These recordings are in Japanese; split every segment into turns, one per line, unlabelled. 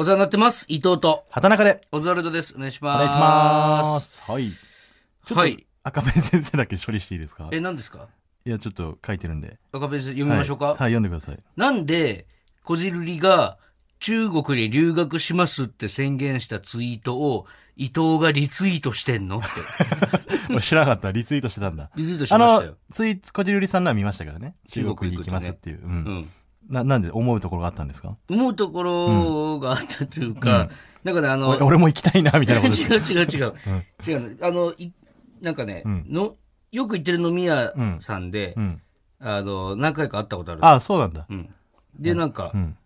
お世話になってます。伊藤と、
畑中で
オズワルドです。お願いし
お
ます。
願いします。はい。ちょっと
はい
赤ペン先生だけ処理していいですか
え、何ですか
いや、ちょっと書いてるんで。
赤ペン先生読みましょうか。
はい、はい読んでくださ い。
なんで、こじるりが中国に留学しますって宣言したツイートを伊藤がリツイートしてんのって。
俺知らなかった。リツイートしてたんだ。
リツイートし
あ
ました
の
よ。、
ツイート、こじるりさんのは見ましたからね。
中
中
国
国に行きますっていう。うん
うん。
な、なんで思うところがあったんですか
思うところがあったというか、なんかね、あの、
俺も行きたいな、みたいなことです。
違う違う違う。違うのあの、いなんかね、
ん
の、よく行ってる飲み屋さんで、
うん。
あの、何回か会ったことある。
ああ、そうなんだ。
うん。で、なんか、
うん。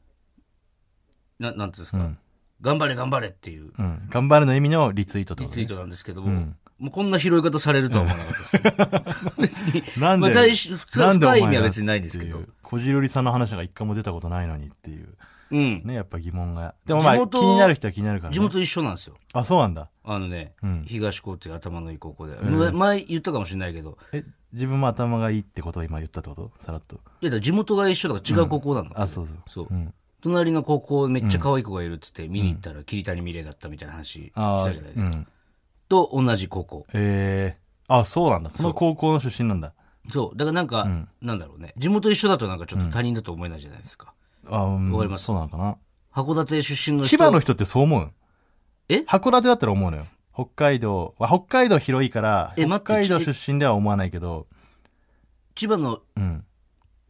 ななんていうんですか、
うん
頑張れ頑張れっていう
うん。頑張るの意味のリツイートって
リ
こと
ツ
ね
イートなんですけども、もうこんな拾い方されるとは思わなか ったです、ね、別に。
なんで、
まあ大し普通
なんで
深
お
い
前
意
が
味は別にないですけど
っていう。こじるりさんの話が一回も出たことないのにっていう。
うん。
ね、やっぱ疑問が。でもまあ、
地
気
元
になる人は気になるからね。
地元一緒なんですよ。
あ、そうなんだ。
あのね、
うん
東高っていう頭のいい高校で。ま前言ったかもしれないけど、
え、自分も頭がいいってことを今言ったってことさらっと。
いやだから地元が一緒だから違う高校なの、
あ、そうそう。
そう。
うん。
隣の高校めっちゃ可愛い子がいるっつって見に行ったら桐谷美玲だったみたいな話したじゃないですか。
うん。
と同じ高校。
えー、あ、そうなんだ。その高校の出身なんだ。
そう。だからなんか、なんだろうね。地元一緒だとなんかちょっと他人だと思えないじゃないですか。
あ、うん。
わかります
そうなのかな。
函館出身の人
千葉の人ってそう思う
え
函館だったら思うのよ。北海道、わ北海道広いから、
え
北
待って
海道
ち
出身では思わないけど、
千葉の
うん。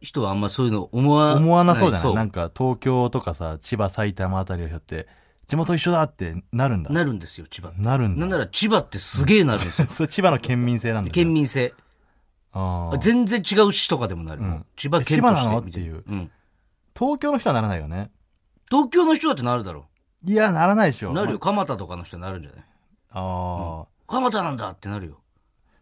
人はあんまそういうの思わ
思わなそうじゃないな
なん
か東京とかさ、千葉、埼玉あたりの人って、地元一緒だってなるんだ。
なるんですよ、千葉って。
なるん
な
だ。
んなら千葉ってすげえなるんですよ。
それ千葉の県民性なんだ、ね。
県民性。
あー
全然違う市とかでもなる。
ん
千葉県と
え千葉なの
し。
ってていう
みたなん
東京の人はならないよね。
東京の人だってなるだろ
いや、ならないでしょ。
う。なるよ。蒲田とかの人はなるんじゃない
ああ、
蒲田なんだってなるよ。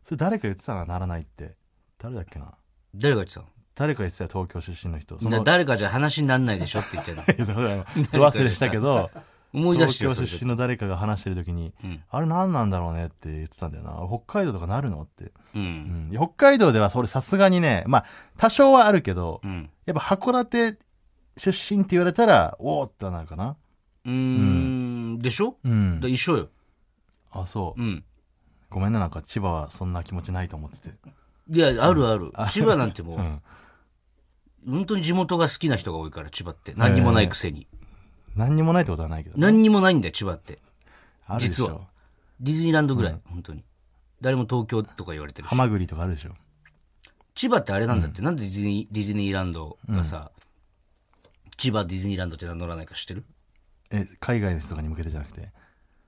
それ誰か言ってたな、ならないって。誰だっけな。
誰が言ってたの
誰か言ってたよ東京出身の人。そ
な
の、。
誰かじゃ話になんないでしょって言ってんの
忘れしたけど、
思い出し
東
てよ
京
それちょっ
出身の誰かが話してる時に、
ん
あれ何なんだろうねって言ってたんだよな。北海道とかなるのって。
とうん
うん北海道ではそれさすがにね、まあ、多少はあるけど、
うん。
やっぱ函館出身って言われたら、おおってはなるかな。
うーん。でしょ
う
だ
ん
から。一緒よ。
あ、そう
う。ん。
ごめんな、なんか千葉はそんな気持ちないと思ってて。
いや、あるある。千葉なんて もう
う、ん。
本当に地元が好きな人が多いから、千葉って。何にもないくせに。
何にもないってことはないけど。
何にもないんだよ、千葉って。
あるでし
実は
ょ。
ディズニーランドぐらい、本当に。誰も東京とか言われてる
ハ
し。
マグリとかあるでしょ。
千葉ってあれなんだって、なんでディズニーディズニーランドがさ、千葉ディズニーランドって名乗らないか知ってる
え、海外の人とかに向けてじゃなくて。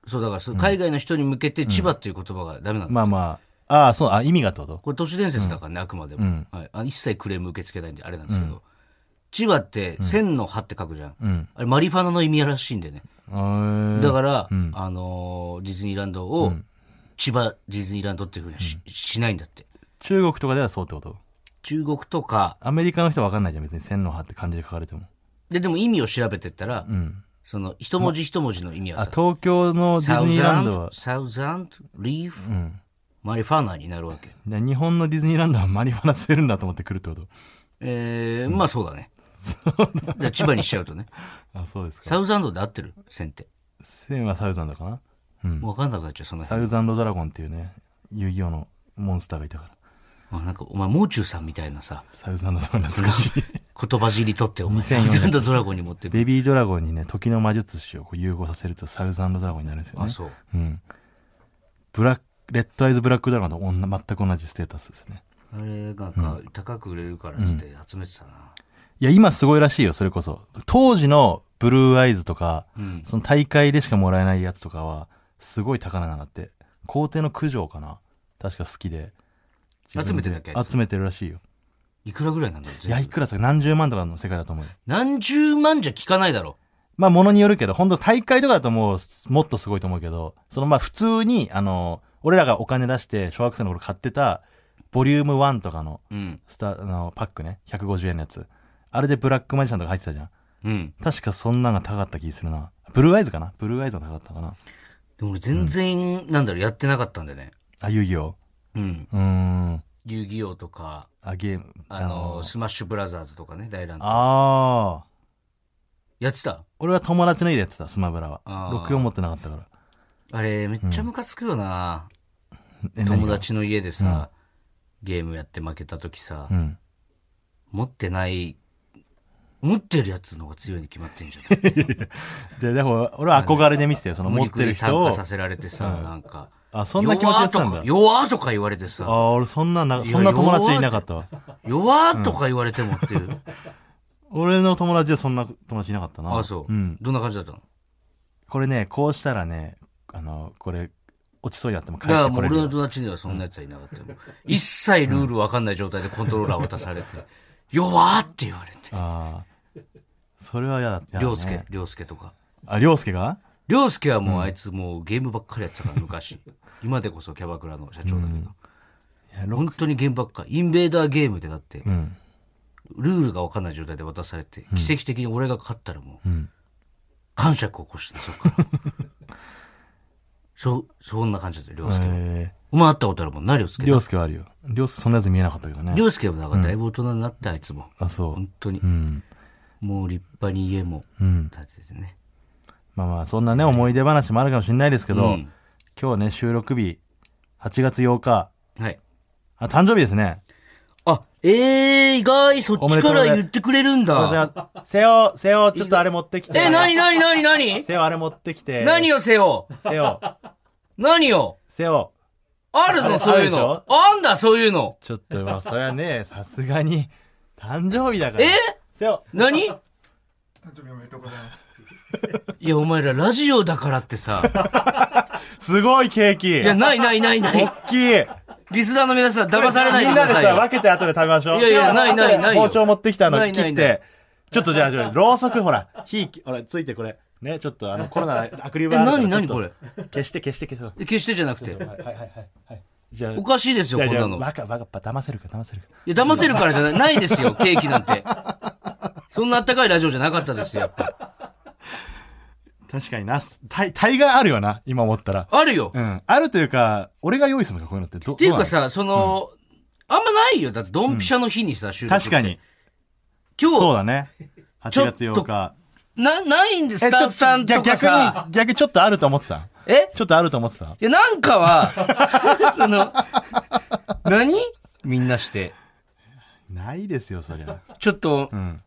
そう、だからそう海外の人に向けて千葉っていう言葉がダメなんだ。
まあまあ、ああ、そう、あ、意味がってこと
これ都市伝説だからね、あくまでも、はいあ。一切クレーム受け付けないんであれなんですけど、千葉って千の葉って書くじゃん。
ん
あれマリファナの意味らしいんでね。
あ
だから、あのーディズニーランドを、千葉ディズニーランドっていうふうにはし,、しないんだって。
中国とかではそうってこと
中国とか、
アメリカの人は分かんないじゃん、別に千の葉って漢字で書かれても。
で、でも意味を調べてったら、その、一文字一文字の意味は
あ、
さ、
東京のディ
サ
ズ
ウ
ニー
ザ
ラ
ン
ンドは
ド、、サウザンド、リーフ、マリファナになるわけ。
で日本のディズニーランドはマリファナ吸えるんだと思って来るってこと
えー、まあそうだね。じゃあ千葉にしちゃうとね。
あ、そうですか。
サウザンドで合ってる線って。
千はサウザンドかな
わかんなくなっちゃう、そんな。
サウザンドドラゴンっていうね、遊戯王のモンスターがいたから。
あなんか、お前、もう中さんみたいなさ、
サウザンドドラゴン 懐かしい。
言葉尻取って、お前、サウザンドドラゴンに持ってくる。
ベビードラゴンにね、時の魔術師をこう融合させるとサウザンドドラゴンになるんですよね。
あ、そう。
うん。ブラック、レッドアイズブラックドラゴンと女全く同じステータスですね。
あれがか、高く売れるからっつって集めてたな。
いや、今すごいらしいよ、それこそ。当時のブルーアイズとか、
うん。
その大会でしかもらえないやつとかは、すごい高値なんだって。皇帝の九条かな確か好きで。
集めてんだっけあいつ
集めてるらしいよ。
いくらぐらいなんだろう
い
全
や、
部
いくらさ、何十万とかの世界だと思うよ。
何十万じゃ効かないだろ。
まあ、ものによるけど、本当大会とかだともう、もっとすごいと思うけど、そのまあ、普通に、あの、俺らがお金出して、小学生の頃買ってた、ボリューム1とかの、
うん。
スタ、あの、パックね、150円のやつ。あれでブラックマジシャンとか入ってたじゃん。
うん。
確かそんなんが高かった気するな。ブルーアイズかなブルーアイズが高かったかな。
でも俺全然、なんだろう、やってなかったんだよね。
あ、遊戯王。
うん。
うーん。
遊戯王とか、
あ、ゲーム。
あの、スマッシュブラザーズとかね、大乱闘。
ああ。
やってた
俺は友達の家でやってた、スマブラは。
あー
64持ってなかったから。
あれ、めっちゃムカつくよな。
え
友。達の家でさ、ゲームやって負けた時さ、
何がうん。
持ってない、持ってるやつの方が強いに決まってんじゃん。
で、でも、俺は憧れで見てたよ、その
無
持
理
っ
く
て
り
る
参
人を
加さ。せられてさ、なんか。
あ、そんな気持ちでやってたんだ。
弱ーとか弱ーとか言われて
あ
さ、
あ、俺そんなな、そんな友達いなかったわ。
弱ーとか言われてもっていう。
俺の友達はそんな友達いなかったな。
あ、そう。
うん。
どんな感じだったの
これね、こうしたらね、あの、これ、落ちそうになっても帰
だか
っ
ら
て
も
こ
う
れる
俺
よ。
の友達にはそんなやつはいなかったよ。一切ルールわかんない状態でコントローラー渡されて、弱ーって言われて。
ああ。それは嫌だ。嫌だね
涼介、涼介とか。
あ、りょうすけが
涼介はもうあいつもうゲームばっかりやってたから 昔。今でこそキャバクラの社長だけ
や
ど。本当にゲームばっかり。インベーダーゲームでだって、
うん。
ルールがわかんない状態で渡されて、奇跡的に俺が勝ったらもう、
ん
感触を起こしてた、そっ から。そ、そんな感じだった、涼介は。
え
お前会ったことあるもんな、涼
ー、
介
りょ
な。
うすけはあるよ。りょうすけそんなやつ見えなかったけどね。
涼介はなんかだいぶ大人になった、あいつも。
あ、そう
本。当に
う。ん。
もう立派に家も
うん。
建ててね。
まあまあ、そんなね、思い出話もあるかもしれないですけど、
うん
今日ね、収録日、8月8日、
はい。
あ、誕生日ですね。
あ、えー、意外、そっ
おめ
ち
でと
か
うご
ら
ざいます
言ってくれるん
じ
だ。
ゃあ、せよ、せよ、ちょっとあれ持ってきて。
え、なになになになに
せよ、あれ持ってきて。
何
を
よ、せよ。
せよ、
何よ。
せよ。
ある
あ
ぞ、
れ
そういう
あ
の
る。
あんだ、そういうの。
ちょっと、まあ、そりゃね、さすがに、誕生日だから。
え
せよ。
何
誕生日おめでとうございます。
いや、お前らラジオだからってさ。
すごいケーキ。
いや、ないないないない。
大きい。
リスナーの皆さん、騙されないで
みん
く
な
だ
で
さい
さ、
よ。
分けて後で食べましょう。
いやいや
せよ
ないないないよ
包丁持ってきたの
ない
切
ない
っ
ない
て。ちょっとじゃあ、じゃあろうそくほら、火、ほら、ついてこれ。ね、ちょっとあ の、コロナ、アクリル
え、
板あるから
何
ち
何
ょっ
ことれ。
消して消して消して。
決してじゃなくて。
はいはいはいはい。じゃあ、
おかしいですよ、
じゃあ
こん
じゃ
な
あ、
の。
バカバカ、騙せるか騙せるか。
いや、騙せるからじゃない、ないですよ、ケーキなんて。そんなあったかいラジオじゃなかったですよ、やっぱ。
確かにな、大、大概あるよな、今思ったら。
あるよ。
うん。あるというか、俺が用意するのか、こういうのって。ど
っていうか
ど
さ、その、あんまないよ。だって、ドンピシャの日にさ、収
う
録
なの、
って。
確かに。。そ
今
う
日、
だね。
ち
8
ょっ
月
と
8日。
な、ないんです、スタッフさん
じゃ
とか
あ逆
さ。
に、逆ちょっとあると思ってた。
え
ちょっとあると思ってた。
いや、なんかは、 その、何みんなして。
ないですよ、そりゃ。
ちょっと
ん、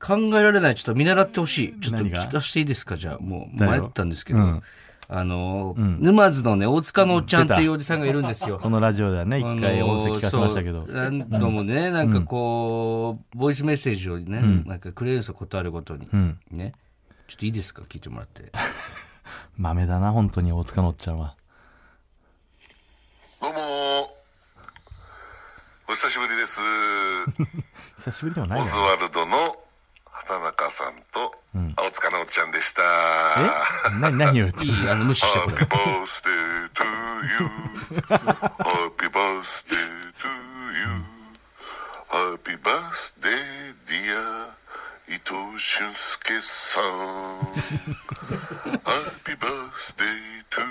考えられない。ちょっと見習ってほしい。ちょっと
何が
聞かせていいですかじゃあ、もう、
誰
迷
よ
ったんですけど。
うん
あのー、沼津のね、大塚のおっちゃんっていうおじさんがいるんですよ。
このラジオではね、
あ
一
の
回
ー
音声聞かせましたけど
そう。何度もね、なんかこう、ボイスメッセージをね、なんかくれるんですよ、ことあるごとに。
ん
ね。ちょっといいですか聞いてもらって。
豆だな、本当に大塚のおっちゃんは。
どうもーお久しぶりです。
久しぶりでもない
オ
よ。
ズワルドの畑中さんと青塚のおっちゃんでした。
え何、何を言って
いい、あの、無視してこれ。
Happy birthday to you. Happy birthday to you. Happy birthday, dear 伊藤俊介さん。Happy birthday to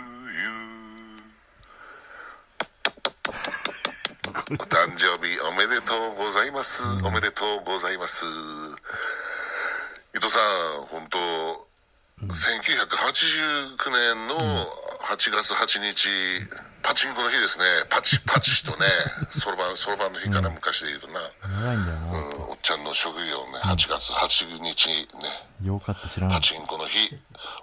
you. お誕生日おめでとうございます。おめでとうございます。伊藤さん、本当、1989年の8月8日、パチンコの日ですね。パチ パチとね、そろばん、そろばんの日から昔で言うとな、
長いんだよな。
うんおっちゃんの職業ね、8月8日ね、
よかった、知らな
パ
い。
チンコの日、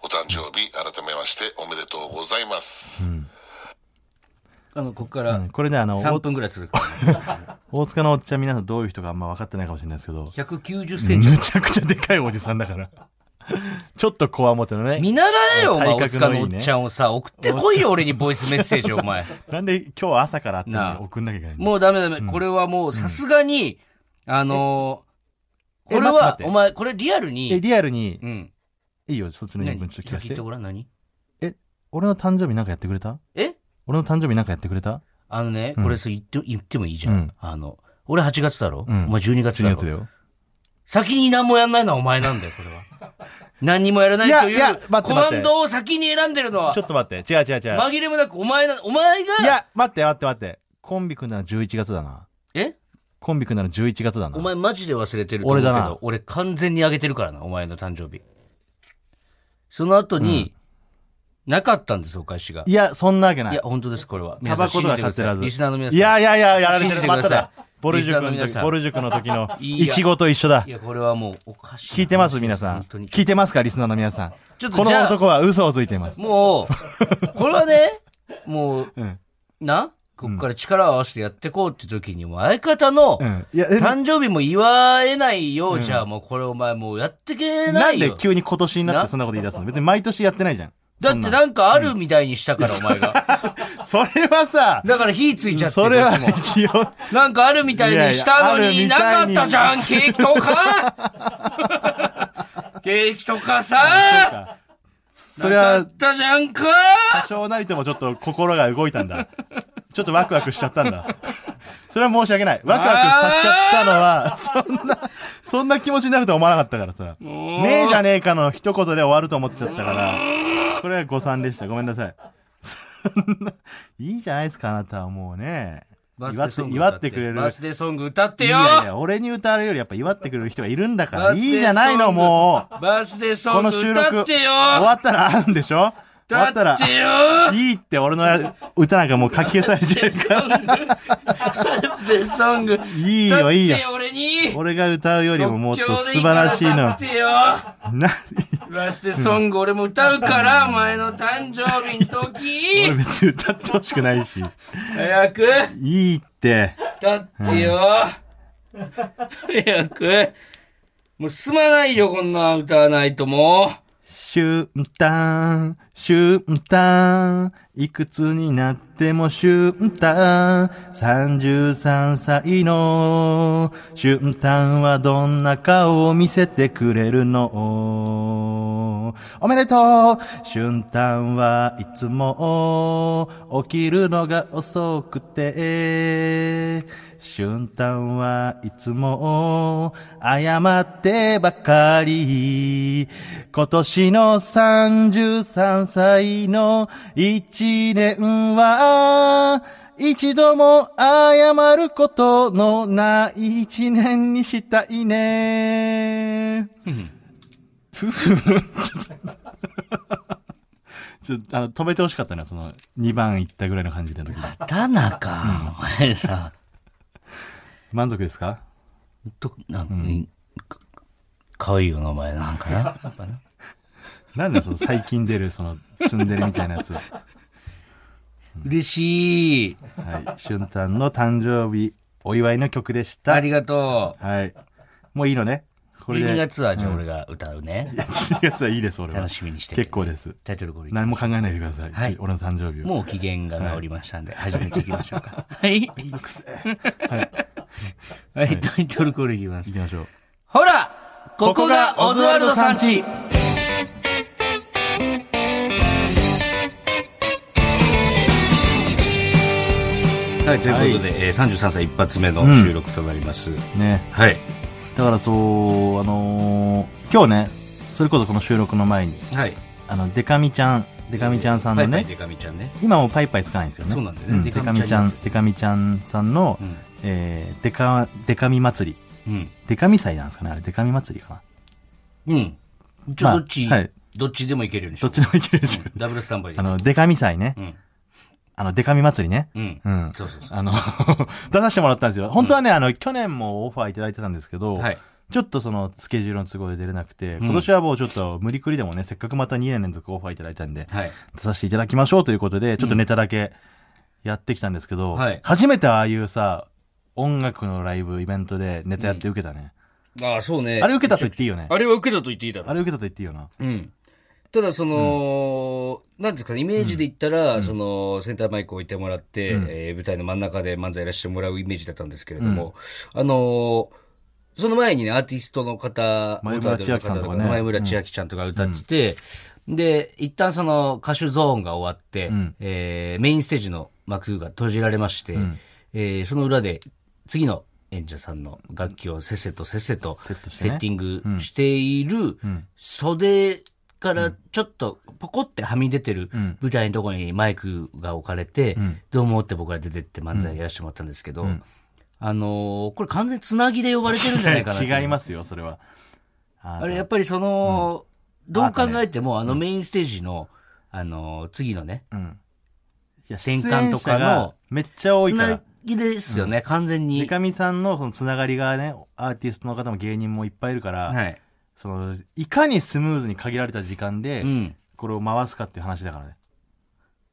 お誕生日、改めましておめでとうございます。
あの、ここから
うんこれね、あの、
3
お
分ぐらい 続くからね。
大塚のおっちゃん皆さんどういう人かあんま分かってないかもしれないですけど、
190センチ。
むちゃくちゃでかいおじさんだ から。ちょっとこわもてのね。
見習えよ、お前、
体
大
格
塚
のい
の
い
お
ね
っちゃんをさ、送ってこいよ、俺にボイスメッセージを、お前。
なんで今日朝からあって
なあ
送んなきゃいけないの
もうダメダメ。これはもう、さすがに、あのー、
え
これ
待って待っ
は、
て
お前、これリアル
え、
に、
リアルに
う、ん。
いいよ、そっちの言い分ちょっと聞か
先言
せ
ってて。ごらん、何
俺の誕生日なんかやってくれた
え
俺の誕生日なんかやってくれた
あのね、
うん
これそう言って言ってもいいじゃん。
うん
あの、俺8月だろ、
うん
お前12月
?12
だろ
月だよ。
先に何もやんないのはお前なんだよ、これ は。何にもやらないとい
いやいや
う
待って待っ
コ
て
マンドを先に選んでるのは
ちょ、っと待って。違う違う違う。
紛れもなくお前な、お前が、
いや、待って待って待って。コンビ組んだの11月だな。
え
コンビ組んだの11月だな。
お前マジで忘れてると思うけど、
俺
俺
だな
完全にあげてるからな、お前の誕生日。その後に、なかったんです、お返しが。
いや、そんなわけないい
や、。本当です、これは。
タバコと
皆
か
さん信じてくだ
買って
さ
るはいず。
リスナーの皆さん。
いやいやいや、やられ
信
て
じ
る。
てく
ま
だ
た
さい
だ。ボル塾の
リスナーの皆
時、
さん
ボル塾の時の、
いや
イチゴと一緒だ
い。や、これはもうおかしい。
聞いてます、皆さん。
本当に。
聞いてますか、リスナーの皆さん。
ちょっと
こ
じゃ
の
あ
男は嘘をついています。
もう、これはね、もう、
うん。
な、こっから力を合わせてやってこうって時に、もう相方の
うん。いや、え
誕生日も祝えないようじゃ、もうこれお前もうやってけな
ないん
よ。
で急に今年になっ
な
てそんなこと言い出すの別に毎年やってないじゃん。
だってなんかあるみたいにしたから、お前が。
それはさ、
だから火ついちゃって
それ
こ
は
っちも
一応、
なんかあるみたいにしたのに、
いやい
な
や
か
ある
っ
みたい
た
に
じゃん、ケーキとかケーキとかさ
それ
な
は
かったじゃんか
多少なりともちょっと心が動いたんだ。ちょっとワクワクしちゃったんだ。それは申し訳ない。ワクワクさせちゃったのは、そんな、そんな気持ちになるとは思わなかったからさ。ねえじゃねえかの一言で終わると思っちゃったから、これは誤算でした。ごめんなさい。そんな、いいじゃないですか、あなたはもうね。
バ
祝
ー
って
スデーソン、グ歌
祝ってくれる。
バースデーソング歌って
い
よ
やいや、俺に歌われるよりやっぱ祝ってくれる人がいるんだから、
バー
いい
スデー
じゃないの、
ソング
もう。
バースデーソ
こ
ング
の収録、
歌って
終
よ
わったらあるんでしょ終わった
歌
ら
っ、てよ
いいって俺の歌なんかもう書き消されちゃうから。
バースデーソング。
いいよ、いい
歌
よ
っ。て俺に。
俺が歌うよりももっと素晴らしいの
即興。でいいから歌ってよバ
な、
ースデーソング俺も歌うから、お前の誕生日の
俺
時。
別に歌ってほしくないし。
早く
いいって。
歌ってよ。早く。もうすまないよ、こんな歌わないとも
瞬間、瞬間、いくつになっても瞬間、33歳の瞬間はどんな顔を見せてくれるのおめでとう瞬間はいつも起きるのが遅くて、瞬間はいつも謝ってばかり。今年の33歳の一年は一度も謝ることのない一年にしたいね。ふふふちょっと、あの、止めてほしかったな、その、2番いったぐらいの感じの時に。
う。田中、お前さ。
満足ですか
と、なんか、かかわいいよな、お前なんかな。やっぱな
なんだよその最近出る、その、ツンデレみたいなやつ。は
嬉しい。
い。しゅんたんの誕生日、お祝いの曲でした。
あ
はい
り。がと
もういいのね。こ
う。
れで。
12月は、じゃあ俺が歌うね。
12月はいいです、俺は。
楽しみにしてて
結構です。
タイトルコール。
何も考えないでください。
はい
俺の誕生日を。
もう機嫌が治りましたんで、始めていきましょう か。はい。
くせえ
はい、タイトルコールいきます
行。きましょう。
ほらここがオズワルドさんちはい、ということで、えー、33歳一発目の収録となります。
ね。
はい。
だからそう、あのー今日ね、それこそこの収録の前に、
はい。
あの、デカミちゃん、デカミちゃんさんの
パイ
ね
パイ、デカミちゃんね。
今もうパイパイつかないんですよね。
そうなんだよねデ
デカ
カ
ミ
ミ
ち
ち
ゃ
ゃん
ん、デカミちゃんさんの、
うん。
えー、デカ、デカミ祭り。
うん。
デカミ祭なんですかねあれ、デカミ祭りかな。
うん。ちょ、
まあ
どっち、
はい
どっちでもいけるようにし
ど
よう
っちでもいけるでしょ。
ダブルスタンバイで
あ。の、デカミ祭ね
う。ん。
あの、デカミ祭りね。
うん。
うん。
そうそうそう。
あの、 出させてもらったんですよ。本当はね、あの、去年もオファーいただいてたんですけど、
はい。
ちょっとその、スケジュールの都合で出れなくて、今年はもうちょっと無理くりでもね、せっかくまた2年連続オファーいただいたんで、
はい。
出させていただきましょうということで、ちょっとネタだけやってきたんですけど、
はい
初めてああいうさ、音楽のライブ、イベントでネタやって受けたね。
ああ、そうね。
あれ受けたと言っていいよね。
あれは受けたと言っていいだろ
あれ受けたと言っていいよな。
うん。ただ、その、なんですかね、イメージで言ったら、その、センターマイクを置いてもらって、えー舞台の真ん中で漫才やらせてもらうイメージだったんですけれども、あのーその前にね、アーティストの方、
前村千秋さんとかね
元アイドルの方前村千秋ちゃんとか歌ってて、で、一旦その歌手ゾーンが終わって、
ん
えーメインステージの幕が閉じられまして、えーその裏で、次の演者さんの楽器をせっせとせっせとセ
セットしてね
ッティングしている、袖からちょっとポコってはみ出てる舞台のところにマイクが置かれて、どうもって僕ら出てって漫才やらせてもらったんですけど、あのーこれ完全につなぎで呼ばれてるんじゃないかなっていう
違いますよ、それは。あ
あれ、やっぱりその、どう考えても、あのメインステージの、あの、次のね、
転
換とかの
めっちゃ多い
つ
か
な
ら。
ぎですよね、完全に。
三上さんのそのつながりがね、アーティストの方も芸人もいっぱいいるから、
はい。
その、いかにスムーズに限られた時間で、
うん。
これを回すかっていう話だからね。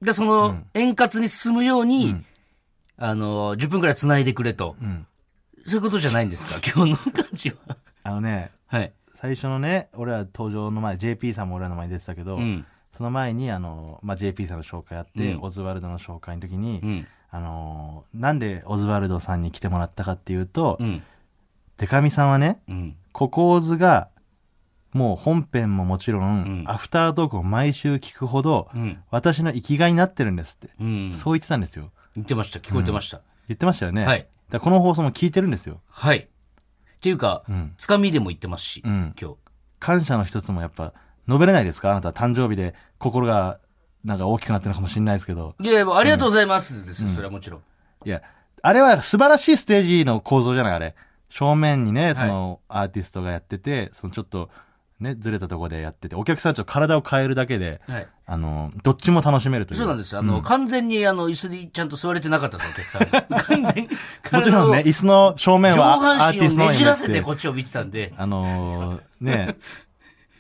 で、その、円滑に進むように、あの、10分くらい繋いでくれと。そういうことじゃないんですか、 今日の感じは。
あのね、
はい。
最初のね、俺ら登場の前、JP さんも俺らの前に出てたけど、
ん
その前に、あの、まあ、JP さんの紹介あって、
うん
オズワルドの紹介の時に、
うん。
あのーなんでオズワルドさんに来てもらったかっていうと、
うん。
デカミさんはね、
うん。
ココーズが、もう本編ももちろん、
うん
アフタートークを毎週聞くほど、
うん。
私の生きがいになってるんですって、
うん。
そう言ってたんですよ。
言ってました、聞こえてました。
言ってましたよね。
はい
だからこの放送も聞いてるんですよ。
はい。っていうか
ん、
つかみでも言ってますし、
ん
今日。
感謝の一つもやっぱ、述べれないですかあなた誕生日で心が、なんか大きくなってるのかもしれないですけど。
いやいや、もうありがとうございますですよ、それはもちろん。
いや、あれは素晴らしいステージの構造じゃないあれ。正面にね、そのアーティストがやってて、そのちょっと、ね、ずれたとこでやってて、お客さんちょっと体を変えるだけで、
はい。
あの、どっちも楽しめるという。
そうなんですよ。あの、完全に、あの、椅子にちゃんと座れてなかったです、お客さんが。 完全に。
もちろんね、椅子の正面
体を
は
上
ア
半
ー
身
ティ
を
ストの
ね
方に
じ
向
ら
い
せて
て
こっちを見てたんで。
あのーね、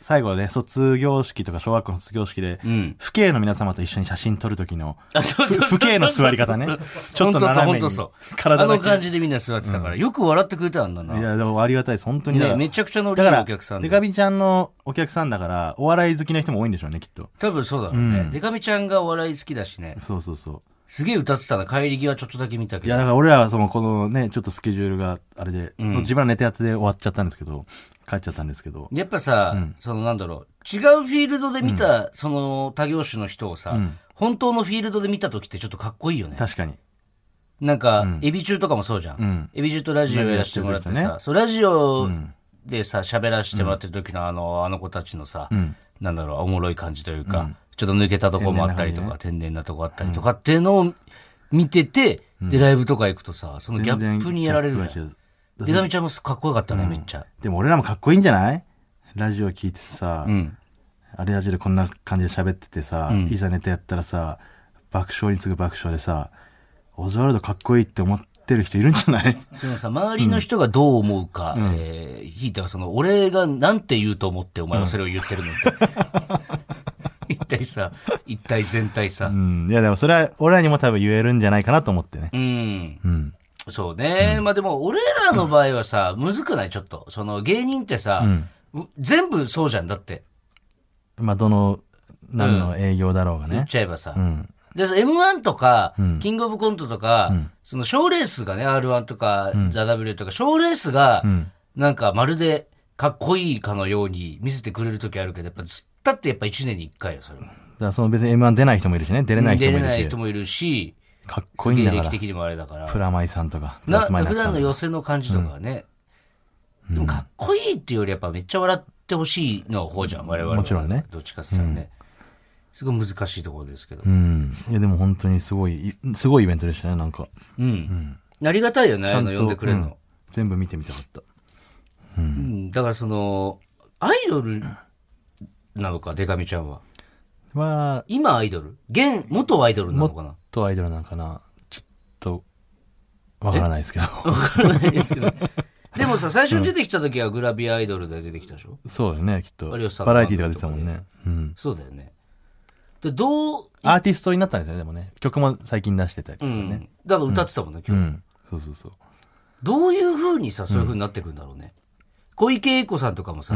最後ね、卒業式とか小学校の卒業式で、
ん
父兄の皆様と一緒に写真撮る時の、
あ、そう そうそうそう
ふ父兄の座り方ね
そうそうそう
ちょっと斜めに
本当そう、本当そう。
体
あ
だ
の
け
感じでみんな座ってたから、よく笑ってくれたんだな。
いや、でもありがたいです。本当にだか
ね、
ら。
めちゃくちゃのり
だ
の
から、
お客さん
デ
で。
カビちゃんのお客さんだから、お笑い好きな人も多いんでしょうね、きっと。
多分そうだろうね。デカミちゃんがお笑い好きだしね。
そうそうそう。
すげえ歌ってたな。帰り際ちょっとだけ見たけ
いや、
ど。
だから俺らはその、このね、ちょっとスケジュールがあれで、
ん
自分は寝てやつで終わっちゃったんですけど、帰っちゃったんですけど、
やっぱさ、そのなんだろう、違うフィールドで見た、その他業種の人をさ、本当のフィールドで見た時ってちょっとかっこいいよね。
確かに。
なんか、エビ中とかもそうじゃん
ん。
エビ中とラジオやらせてもらって
ラジオやってる時
さ、そう、ラジオでさ、喋らせてもらってる時のあの、あの子たちのさ、なんだろう、おもろい感じというか、ちょっと抜けたとこもあったりとか、天然なとこあったりとかっていうのを見てて、で、ライブとか行くとさ、そのギャップにやられる
全然
じゃん。
ギャップが違
で
う
かみちゃんもかっこよかったね、めっちゃ。
でも俺らもかっこいいんじゃないラジオ聞いてさ、
ん
あれラジオでこんな感じで喋っててさ、いざネタやったらさ、爆笑に次ぐ爆笑でさ、オズワルドかっこいいって思ってる人いるんじ ゃない
そのさ、周りの人がどう思うか、えー、ひいてはその、俺がなんて言うと思ってお前はそれを言ってるのって。 一体さ、一体全体さ。
うん。いやでもそれは俺らにも多分言えるんじゃないかなと思ってね。
うん。
ん
そうね。まあでも、俺らの場合はさ、むずくないちょっと。その、芸人ってさ、う全部そうじゃん。だって、
まあ、どの、何の営業だろうが
言っ
ね。
ちゃえばさ。
うん。
で、M1 とか、キングオブコントとか、その、賞レースがね、R1 とか、ザ・ W とか、賞レースが、なんか、まるで、かっこいいかのように見せてくれる時あるけど、やっぱ、ずったってやっぱ1年に1回よ、それは。
だからその別に M1 出ない人もいるしね、出れない人
出
も
れ
いる
ない
し
人。もいるし、
かっ
す
こい
げ
いん
え
だか
歴史
ら。
的にもあれだから。
プラマイさんとか、プ
な
ラスマイナ
普
スさ
段
ん
の
と
寄
か。
せの感じとかはね、でもかっこいいっていうよりやっぱめっちゃ笑ってほしいの方じゃん、我々は
もちろんね
どっちかって言ったらね、すごい難しいところですけど。う。
うんん。いや、でも本当にすごい、いすごいイベントでしたね、なんか。
ありがたいよね、
ち
ああい
ゃ
うんの
と、
呼んでくれる
うん
の。
全部見てみたかった。
うん。だからその、アイドルなのか、デカミちゃんは。
は、
今アイドル現、元アイドルなのか な
とアイドルなんかな。ちょっと、わからないですけど。
わからないですけど。 でもさ、最初に出てきた時はグラビアアイドルで出てきたでしょ
そうだよね、きっと。バ
有吉さん
ラエティーとか出てたもんね。うん。
そうだよね。で、どう、
アーティストになったんですよね、でもね。曲も最近出してたりと
う
か
ん。
ね。
だから歌ってたもんね、
う
今日。
ん。そうそうそう。
どういう風にさ、そういう風になってくんだろうね。小池栄子さんとかもさ、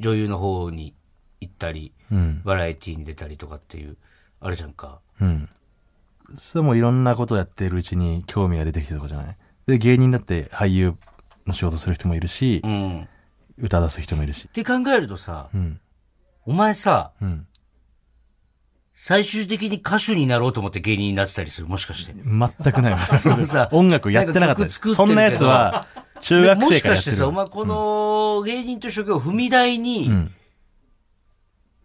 女優の方に行ったり、
うん。
バラエティに出たりとかっていう、あれじゃんか。
うん。それもいろんなことやってるうちに興味が出てきたとかじゃないで、芸人だって俳優、の仕事する人もいるし、
うん。っ
歌出す人もいるし。
て考えるとさ、
うん。
お前さ、
うん。
最終的に歌手になろうと思って芸人になってたりする、もしかして。
全くない。
そうです
音楽やってなかったです。
なんか曲作ってるけど
そんなやつは、中
で
学
も
生
し
から
かし
やって
て
る。
さ、お前この芸人という職業を踏み台に
ん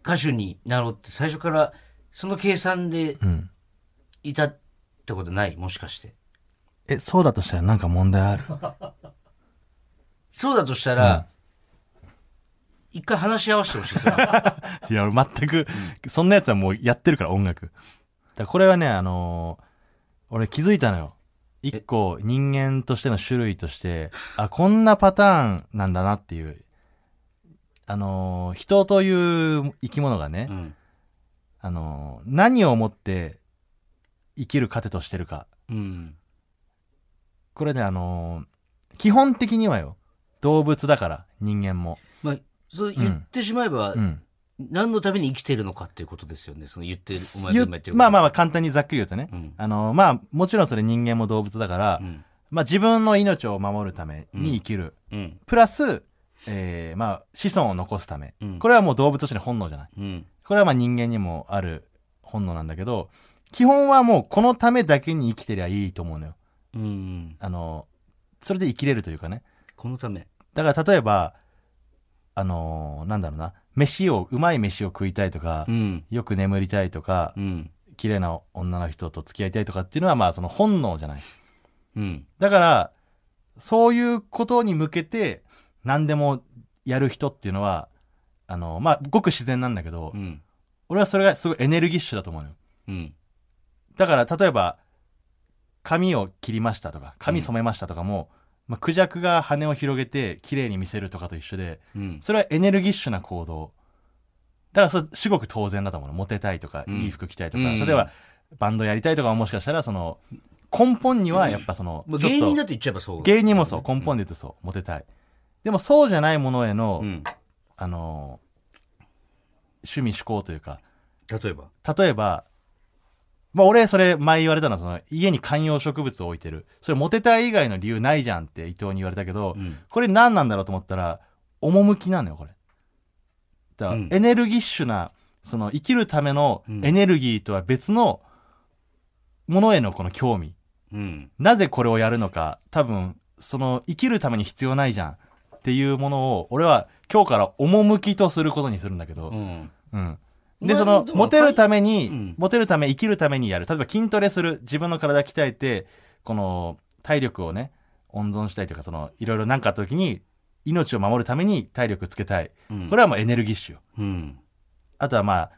歌手になろうって最初からその計算で
ん
いたってことないもしかして。
え、そうだとしたらなんか問題ある
そうだとしたら、一回話し合わせてほしいそれ は
いや、俺全く、そんなやつはもうやってるから、音楽。だからこれはね、あのー俺気づいたのよ。一個、人間としての種類として、あ、こんなパターンなんだなっていう。あのー人という生き物がね、
うん。
あのー何をもって生きる糧としてるか。
うん。
これね、あのー基本的にはよ、動物だから、人間も。
まあ、そう言ってしまえば
う、ん。
何のために生きてるのかっていうことですよね。その言ってる、お前が
言
今言って
う
る
まあまあま
あ。
あ簡単にざっくり言うとね、
うん
あのーまあもちろんそれ人間も動物だから、
うん。
まあ、自分の命を守るために生きる、
うん。
プラス、えーまあ、子孫を残すため、
うん
これはもう動物としての本能じゃない
うん。
これはまあ人間にもある本能なんだけど基本はもうこのためだけに生きてりゃいいと思うのよ
うん。
あのそれで生きれるというかね
このため。
だから例えばあのーなんだろうな飯をうまい飯を食いたいとか、
うん。
よく眠りたいとか、
うん。
綺麗な女の人と付き合いたいとかっていうのはまあその本能じゃない
うん。
だから、そういうことに向けて、何でもやる人っていうのは、あの、まあ、ごく自然なんだけど、
うん。
俺はそれがすごいエネルギッシュだと思うのよ。
うん。
だから、例えば、髪を切りましたとか、髪染めましたとかも、まあ、クジャクが羽を広げて、綺麗に見せるとかと一緒で、
うん。
それはエネルギッシュな行動。だからそれ、至極当然だと思うの。モテたいとか、
うん
いい服着たいとか、
うん
例えば、バンドやりたいとかももしかしたら、その、根本にはやっぱその、
まあ、
ちょっと
芸人だって言っちゃえばそう。
芸人もそう、根本で言うとそう、モテたい。でもそうじゃないものへの、
うん。
あのー趣味趣向というか、
例えば。
例えば、まあ俺それ前言われたのは、その家に観葉植物を置いてる。それモテたい以外の理由ないじゃんって伊藤に言われたけど、
うん
これ何なんだろうと思ったら、趣なのよ、これ。だから
うん
エネルギッシュな、その生きるためのエネルギーとは別のものへのこの興味。
うん。
なぜこれをやるのか、多分、その生きるために必要ないじゃんっていうものを、俺は今日から趣とすることにするんだけど
う、ん。
うん。
まあ
で、その、
でも
モテるために、
うん
モテるため、生きるためにやる。例えば筋トレする。自分の体鍛えて、この、体力をね、温存したいというか、その、いろいろなんかあった時に、命を守るために体力つけたい。
うん
これはもうエネルギッシュよ。
うん。
あとはまあ、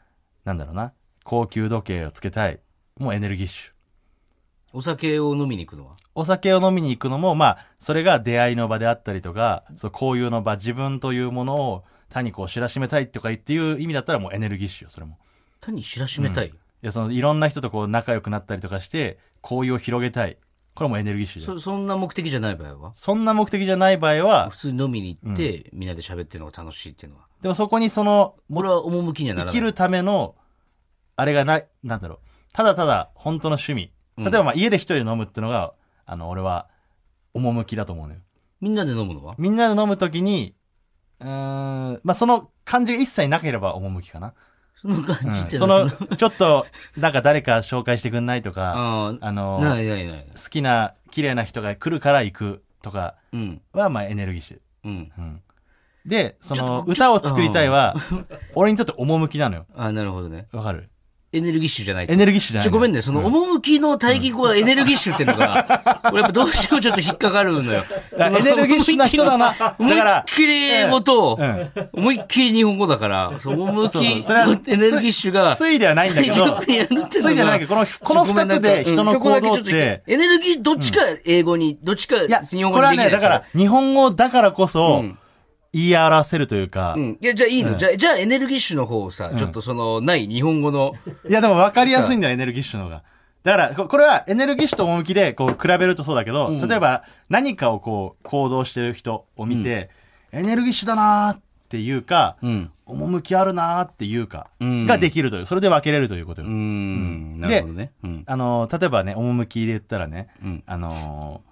なんだろうな。高級時計をつけたい。もうエネルギッシュ。
お酒を飲みに行くのは
お酒を飲みに行くのも、まあ、それが出会いの場であったりとか、そう、交友の場、自分というものを他にこう知らしめたいとかっていう意味だったらもうエネルギッシュよ、それも。
単に知らしめたい。
いや、その、いろんな人とこう仲良くなったりとかして、交友を広げたい。これもエネルギッシュじゃん。
そ、そんな目的じゃない場合は
そんな目的じゃない場合は
普、通に飲みに行って、みんなで喋ってるのが楽しいっていうのは。
でもそこにその、
俺は趣にはなら
生
ない。
きるための、あれがない、なんだろう。ただただ、本当の趣味。例えば、まあ、家で一人で飲むっていうのが、あの、俺は、趣だと思うのよ。
みんなで飲むのは
みんなで飲むときに、うーん、まあ、その感じが一切なければ趣かな。
その感じって
そ
な
の、ちょっと、なんか誰か紹介してくんないとか、
あ
あ
あ、
の、
ないないない。
好きな、綺麗な人が来るから行くとか
うん、
は、まあ、エネルギッシュ。
うん。
うん。で、そ
ちょ
の
っ、と
歌を作りたいは、俺にとって趣なのよ。
ああ、なるほどね。
わかる
エネルギッシュじゃない。
エネルギッシュじゃない
ちょ、ごめんね。その、趣の対義語はエネルギッシュっての が、俺やっぱどうしてもちょっと引っかかるのよ。
だからエネルギッシュな人だな。だか
思いっ
ら、
きり語と
うん、
思いっきり日本語だから、そう、思
そうそう
き
それは
エネルギッシュが、
ついではないんだけど、
対極にあ って
つ
のが
いではないけど、この、この
ごめん
二つで人
うん
の
そこだけち
行
ょ
動
と
って、
エネルギー、どっちか英語に、どっちか
いや、
日本
こ
語
れ
に
は
できない
ね、だから、日本語だからこそ、言い表せるというか
う、ん。いや、じゃあいいの、じゃあ、じゃあエネルギッシュの方をさ、ちょっとその、ない日本語の、
いや、でも分かりやすいんだよ、エネルギッシュの方が。だから、ここれはエネルギッシュと趣で、こう、比べるとそうだけど、例えば、何かをこう、行動してる人を見て、エネルギッシュだなーっていうか、
ん
趣あるなーっていうか、
ん
ができるという、それで分けれるということよ。
うーん、なるほどね。うん。
あの、例えばね、趣で言ったらね、
ん
あの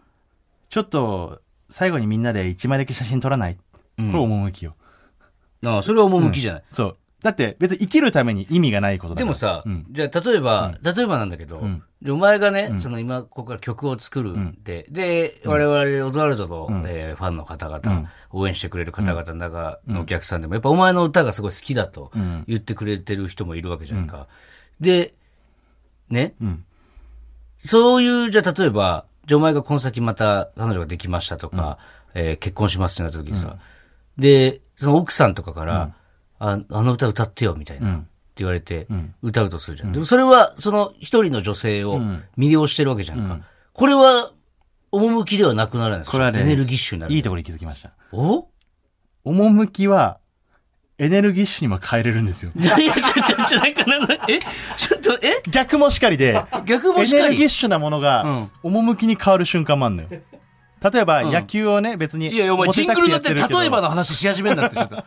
ー、ちょっと、最後にみんなで一枚だけ写真撮らない。これ趣よ。
ああ、それは趣じゃない。
そう。だって別に生きるために意味がないことだか
で
ら。
もさ、
うん
じゃあ例えば、例えばなんだけど、
ん
でお前がね、その今、ここから曲を作るんで、で、我々、オズワルドの、えーファンの方々、応援してくれる方々の中のお客さんでも、やっぱお前の歌がすごい好きだと言ってくれてる人もいるわけじゃんか。で、ね、そういう、じゃあ例えば、じゃあお前がこの先また彼女ができましたとか、えー結婚しますってなった時にさ、で、その奥さんとかから、ああの歌歌ってよみたいな、って言われて、歌うとするじゃん。でもそれは、その一人の女性を魅了してるわけじゃんか。これは、趣ではなくならないです
これはね
エネルギッシュになる。
いいところに気づきました。
お
趣は、エネルギッシュにも変えれるんですよ。
いやいや、ちょ、ちょ、ちょ、なんか、なんか、えちょっと、え
逆もしかりで、
逆も
エ
しか
ネルギッ
り。
シュなものが、趣に変わる瞬間もあるのよ。例えば、野球をね、別に。
いやいや、お前、
モ
ジ
テ
ン
た
グ
く
ルだって、
やるけど
例えばの話し始めんなって、ちょっと。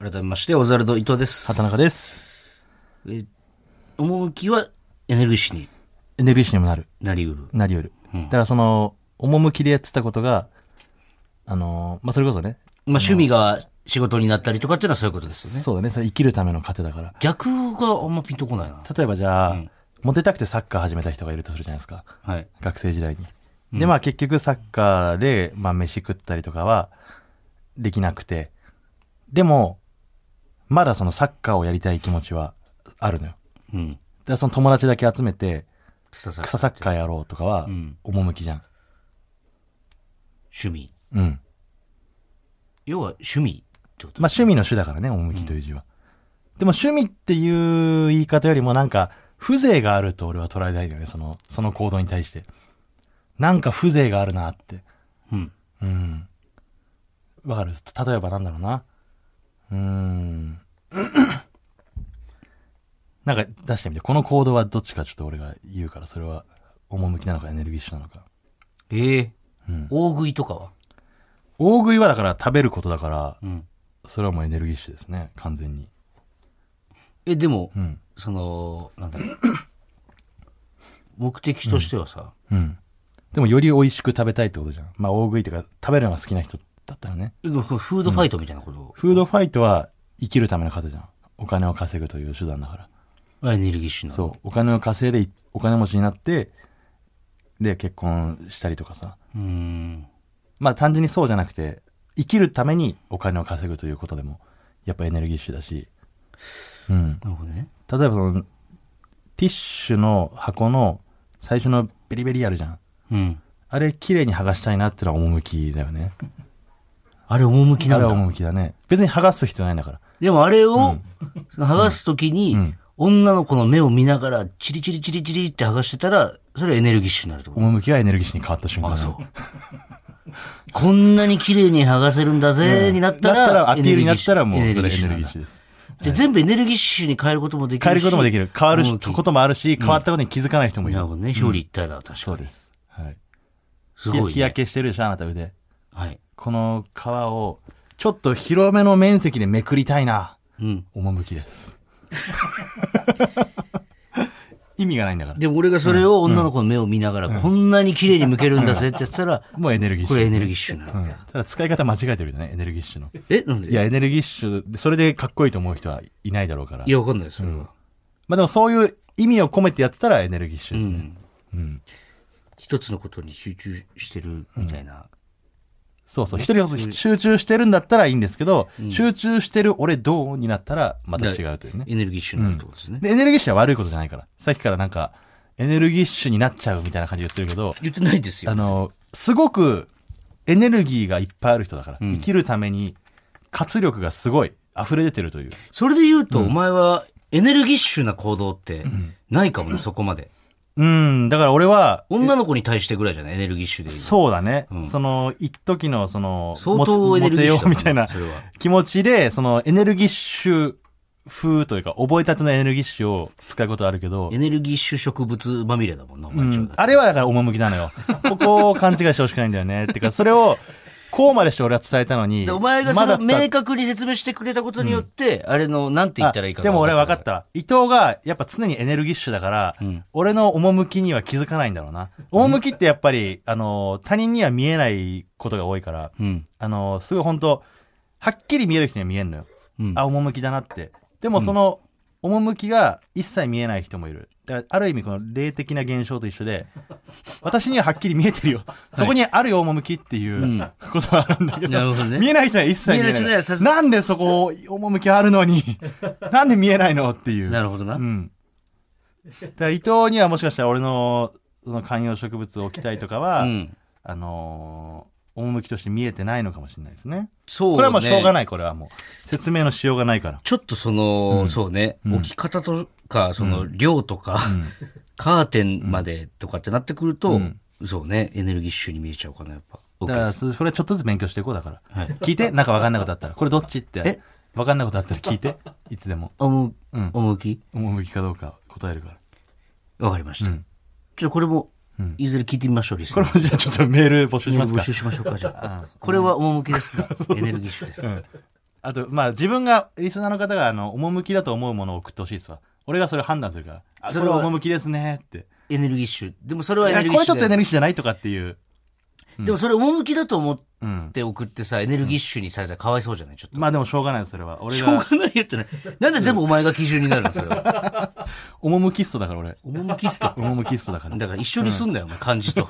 改めまして、オザルド伊藤です。
畑中です。
趣はエネルギッシュに
エネルギッシュにもなる。
なりうる。
なり得る。だからその、趣でやってたことが、あのー、まあ、それこそね、
まあ、趣味が仕事になったりとかっていうのはそういうことですよね。
そうだね、それ生きるための糧だから。
逆があんまピンとこないな。
例えばじゃあ、
ん
モテたくてサッカー始めた人がいるとするじゃないですか。
はい。
学生時代に。で、まあ結局サッカーで、まあ飯食ったりとかはできなくて。でも、まだそのサッカーをやりたい気持ちはあるのよ。
うん。
だからその友達だけ集めて、
草さん
草サッカーやろうとかは
ん、
趣じゃん。
趣味。
うん。
要は趣味ってこと
まあ趣味の種だからね、趣という字は。でも趣味っていう言い方よりもなんか、風情があると俺は捉えたいよね、その、その行動に対して。なんか風情があるなって。
うん。
うん。わかる例えばなんだろうな。うーん。 なんか出してみて、この行動はどっちかちょっと俺が言うから、それは、趣なのかエネルギッシュなのか。
ええ大食いとかは
大食いはだから食べることだから、
ん
それはもうエネルギッシュですね、完全に。
え、でも、
ん
その、なんだろう目的としてはさ、
うん。でもより美味しく食べたいってことじゃん。まあ大食いとか食べるのが好きな人だったらね。
えでもこれフードファイトみたいなことを、
フードファイトは生きるための糧じゃん。お金を稼ぐという手段だから。
エネルギッシュな。
そう。お金を稼いでお金持ちになって、で結婚したりとかさ。
うーん。
まあ単純にそうじゃなくて、生きるためにお金を稼ぐということでも、やっぱエネルギッシュだし。うん。
なるほどね。
例えばその、ティッシュの箱の最初のベリベリあるじゃん。
うん。
あれ綺麗に剥がしたいなってのは趣だよね。
あれ、趣な
あ
ん
れは
だ。
趣だね。別に剥がす必要ないんだから。
でもあれを、その剥がすときに、女の子の目を見ながら、チリチリチリチリって剥がしてたら、それはエネルギッシュになるってこと
趣がエネルギッシュに変わった瞬間
あ、そう。こんなに綺麗に剥がせるんだぜ、になった
だったら
ら、
アピールになったらもうそれエ
エ
ネ
ネル
ルギ
ギ
ッ
ッ
シ
シュなんだ
ュです。
じゃあ全部エネルギッシュに変えることもできるし。
変えることもできる。変わるし
もうき
こともあるし、変わったことに気づかない人もい
な
る
る。ほどね。表裏一体だわ、確か
そう
に。
です。はい。
すごい、ね。
日焼けしてるでしょ、あなた腕。
はい。
この皮を、ちょっと広めの面積でめくりたいな。
うん。
趣です。 意味がないんだから。
でも俺がそれを女の子の目を見ながら、こんなに綺麗に向けるんだぜって言ってたら、
もうエネルギッシ
こ
ュ。
れエネルギッシュになる。
うんただ使い方間違えてるよね、エネルギッシュの。
えなんで
いや、エネルギッシュで、それでかっこいいと思う人はいないだろうから
い。や、わかんない、それは。
まあでもそういう意味を込めてやってたらエネルギッシュですね。
一つのことに集中してるみたいな。
そうそう。一人ごと集中してるんだったらいいんですけど、集中してる俺どうになったらまた違うというね。
エネルギッシュになるってことですね。
で、エネルギッシュは悪いことじゃないから。さっきからなんか、エネルギッシュになっちゃうみたいな感じで言ってるけど、
言ってないですよ。
あの、すごくエネルギーがいっぱいある人だから、生きるために活力がすごい溢れ出てるという。
それで言うと、お前はエネルギッシュな行動ってないかもね、そこまで。
うん、だから俺は、
女の子に対してぐらいじゃないエネルギッシュで言うと。
そうだね。その、一時の、その、
相当エネルギッシュだ
モテようみたいな
それは
気持ちで、その、エネルギッシュ風というか、覚えたてのエネルギッシュを使うことあるけど
エ、ネルギッシュ植物まみれだもんな、お
う
前ちょうんだって
あれはだから趣なのよ。ここを勘違いしてほしくないんだよね。ってか、それを、こうまでして俺は伝えたのに。
でお前がそ
まだ
の
伝わっ
明確に説明してくれたことによって、あれの、なんて言ったらいいか
あ
が
でも俺分か
な
ったわ。伊藤がやっぱ常にエネルギッシュだから、俺の趣には気づかないんだろうな。趣ってやっぱり、あの、他人には見えないことが多いから、
ん
あの、すごい本当はっきり見える人には見えんのよ。
ん
あ、趣だなって。でもその、趣が一切見えない人もいる。だからある意味この霊的な現象と一緒で、私にははっきり見えてるよ。そこにあるよ、趣っていううことがあるんだけど、
なるほどね
見えない人には一切見えな
見え
い。
ない人にはさす
なんでそこ、趣あるのに、なんで見えないのっていう。
なるほどな。
うん。だから伊藤にはもしかしたら俺の、その観葉植物を置きたいとかは、
うん
あのー趣として見えてないのかもしれないですね。
そう、ね。
これはもうしょうが
ない。
ない、これはもう。説明のしようがないから。
ちょっとその、そうね、置き方とか、その、量とか、カーテンまでとかってなってくると、そうね、エネルギッシュに見えちゃうかな、やっぱ。
だから、そそれはちょっとずつ勉強していこうだから。
はい
聞いて、なんかわかんないことあったら。これどっちっ
え
て。わかんないことあったら聞いて。いつでも。
思う、
ん
思うき
趣かどうか答えるから。
わかりました。ちょっとこれも、いずれ聞いてみましょう、リス
こ
ナ
れ
ー
もじゃあちょっとメール募集し
メール
ます
募
か
集。しましょうか、じ ゃあ。これは趣ですかエネルギッシュですか、
うんあと、まあ自分が、リスナーの方が、あの、趣だと思うものを送ってほしいですわ。俺がそれ判断するから。あ、
そ
そ
れ
れ
は
は趣ですねって。
エネルギッシュ。でもそれはいエ
や
ネルギ
こ
ッ
れ
シ
ちょ
ュ
っ
だ
とエ
よ。
ネルギッシュじゃないとかっていう。
でもそれ趣だと思っ
うん。
て送ってさ、エネルギッシュにされたらかわいそうじゃないちょっと。
まあでもしょうがないよそれは。俺
しょう
が、
がないよってね。なんで全部お前が基準になるのそれは。
趣っすだから俺。
趣っすと。
趣っすだから。
だから一緒にすんだよ、お前漢 字と。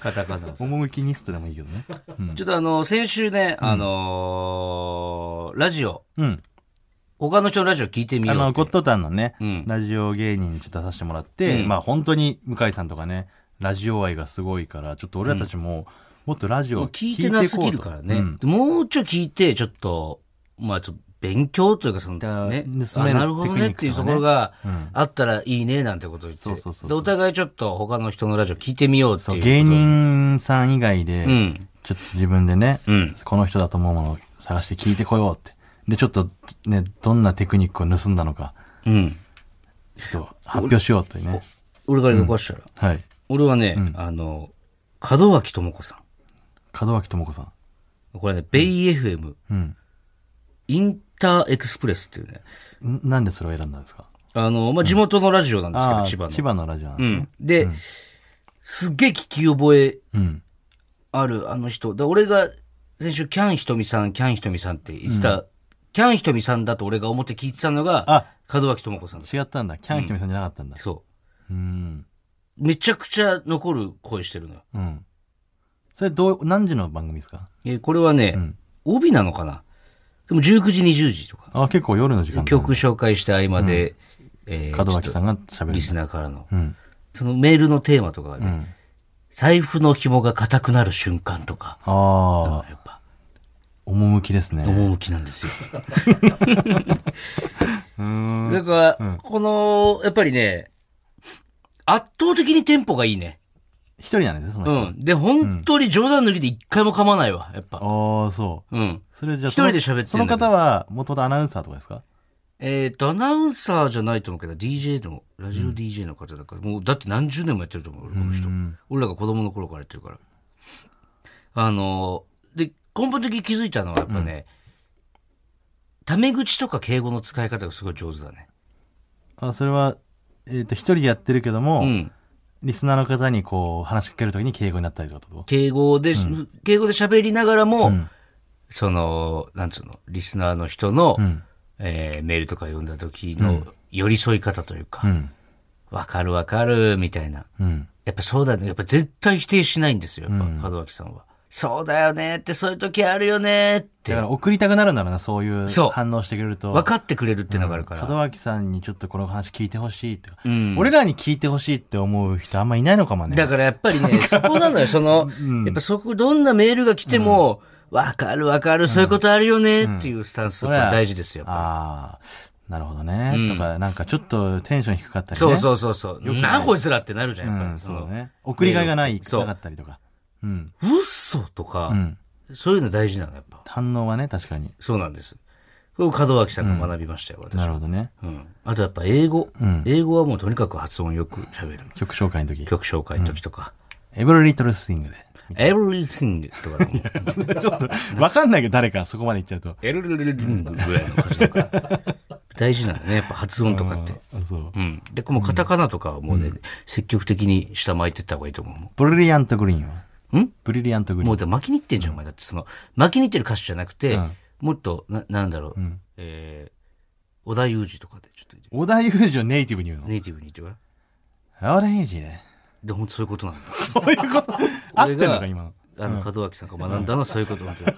カタカナをさ
趣ニストでもいいけどね。うん。
ちょっとあの、先週ね、あのーラジオ、
うん。
他の人のラジオ聞いてみよ
あ
う
の、
って
ゴッドタンのね、
ん
ラジオ芸人にちょっと出させてもらって、
うん
まあ本当に向井さんとかね、ラジオ愛がすごいから、ちょっと俺らたちも、もっとラジオ
もう
を
聞
聞
い
い
て
て
な
な
す
す
ぎ
ぎ
る
る
からね。もうちょい聞いて、ちょっと、まあちょっと勉強というか、その
から
ね、
盗
あ
める
なるほどねっていう
テクニックとかね
ところがあったらいいねなんてことを言って、
そうそうそうそう
で、お互いちょっと他の人のラジオ聞いてみようっていうことで。
芸人さん以外で、
ん
ちょっと自分でね、
ん
この人だと思うものを探して聞いてこようって。で、ちょっとね、どんなテクニックを盗んだのか、
うん。
ちょっと発表しようというね。
俺から動かしたら。
はい。
俺はね、あの、門脇智子さ
門脇智子さん。
ん。これね、ベイ FM、
うん。
インターエクスプレスっていうね、
んなんでそれを選んだんですか
あの、まあ、地元のラジオなんですけど、
あー
千葉の。
千葉のラジオなんで
う
すね。
ん。で、すっげえ聞き覚え
うん。
ある、あの人。で、俺が先週、キャンひとみさん、キャンひとみさんって言ってた、キャンひとみさんだと俺が思って聞いてたのが
あ、
門脇智子さんです。
違ったんだ。キャンひとみさんじゃなかったんだ。
そ
うん。
う。めちゃくちゃ残る声してるのよ。
うん。それどう、何時の番組ですか
えーこれはね、帯なのかなでも19時、20時とか。
あ、結構夜の時間だね
曲紹介した合間で、えー
門脇さんが喋
リス
る。
ナーからの、
ん
そのメールのテーマとかがね、財布の紐が硬くなる瞬間とか、
ああ、
やっぱ、
趣ですね。
趣なんですよ。だから、この、やっぱりね、圧倒的にテンポがいいね。
一人なんですね、その
う
人。
ん。で、本当に冗談抜きで一回も噛まないわ、やっぱ。
ああ、そう。
うん。
それじゃあ
一人で喋ってんだけど
その方は、もともとアナウンサーとかですか
えっ、と、アナウンサーじゃないと思うけど、DJ でも、ラジオ DJ の方だから、もう、だって何十年もやってると思う、俺この人。俺らが子供の頃からやってるから。あのーで、根本的に気づいたのはやっぱね、タメ口とか敬語の使い方がすごい上手だね。
あそれは、えっ、と、一人でやってるけども、
うん。
リスナーの方にこう、話しかけるときに敬語になったりとかってこと
敬語で、敬語で喋りながらも、その、なんつうの、リスナーの人の、えーメールとか読んだ時の寄り添い方というか、
ん
わ、かるわかる、みたいな。
うん。
やっぱそうだね。やっぱ絶対否定しないんですよ、やっぱ、門脇さんは。そうだよねって、そういう時あるよねっ
だ
て
か、ら送りたくなるんだろうな、そういう
そう
反応してくれると。
分かってくれるっていうのがあるから。
門脇さんにちょっとこの話聞いてほしいとか、
ん
俺らに聞いてほしいって思う人あんまいないのかもね。
だからやっぱり ね、そこなのよ、その、やっぱそこ、どんなメールが来ても、わかるわかる、そういうことあるよねっていうスタンス、こ
そ
れ
れは
大事ですよ。やっぱ
ああ、なるほどね。とか、なんかちょっとテンション低かったり
そう
ね。。
そううそうそう。なこいつらってなるじゃん、やっぱり。
ん、
そ
そう
の
ね。送りがいがない、
そう
なかったりとか。うん。
嘘とか、そういうの大事なの、やっぱ。
反応はね、確かに。
そうなんです。これを門脇さんが学びましたよ、私
な
は。
るほどね。
うん。あとやっぱ英語。英語はもうとにかく発音よく喋る。
曲紹介の時。
曲紹介の時とか。
エブリリトルスイングで。
everything とかだもん。
ちょっと、わかんないけど、誰か、そこまで行っちゃうと。
エルルルルルンぐらいの歌詞とか。大事なのね、やっぱ発音とかって。
あそう。
うん。で、このカタカナとかはもうね、積極的に下巻いてった方がいいと思
ブリリアントグリーンは
う。ん
ブリリアントグリ
もう
ーン。
だから巻きに行ってんじゃん、お前。だってその、巻きに行ってる歌手じゃなくて、
うん
もっと、な、なんだろう、えー、小田裕二とかでちょっと言って、
小田裕二をネイティブに言うの。
ネイティブに言ってごらん。
小田裕二 ね。
で、本当そういうことなんだ。
そういうこと、合ってんのか、今の。
あの、門脇さんが学んだのはそういうことなんだよ。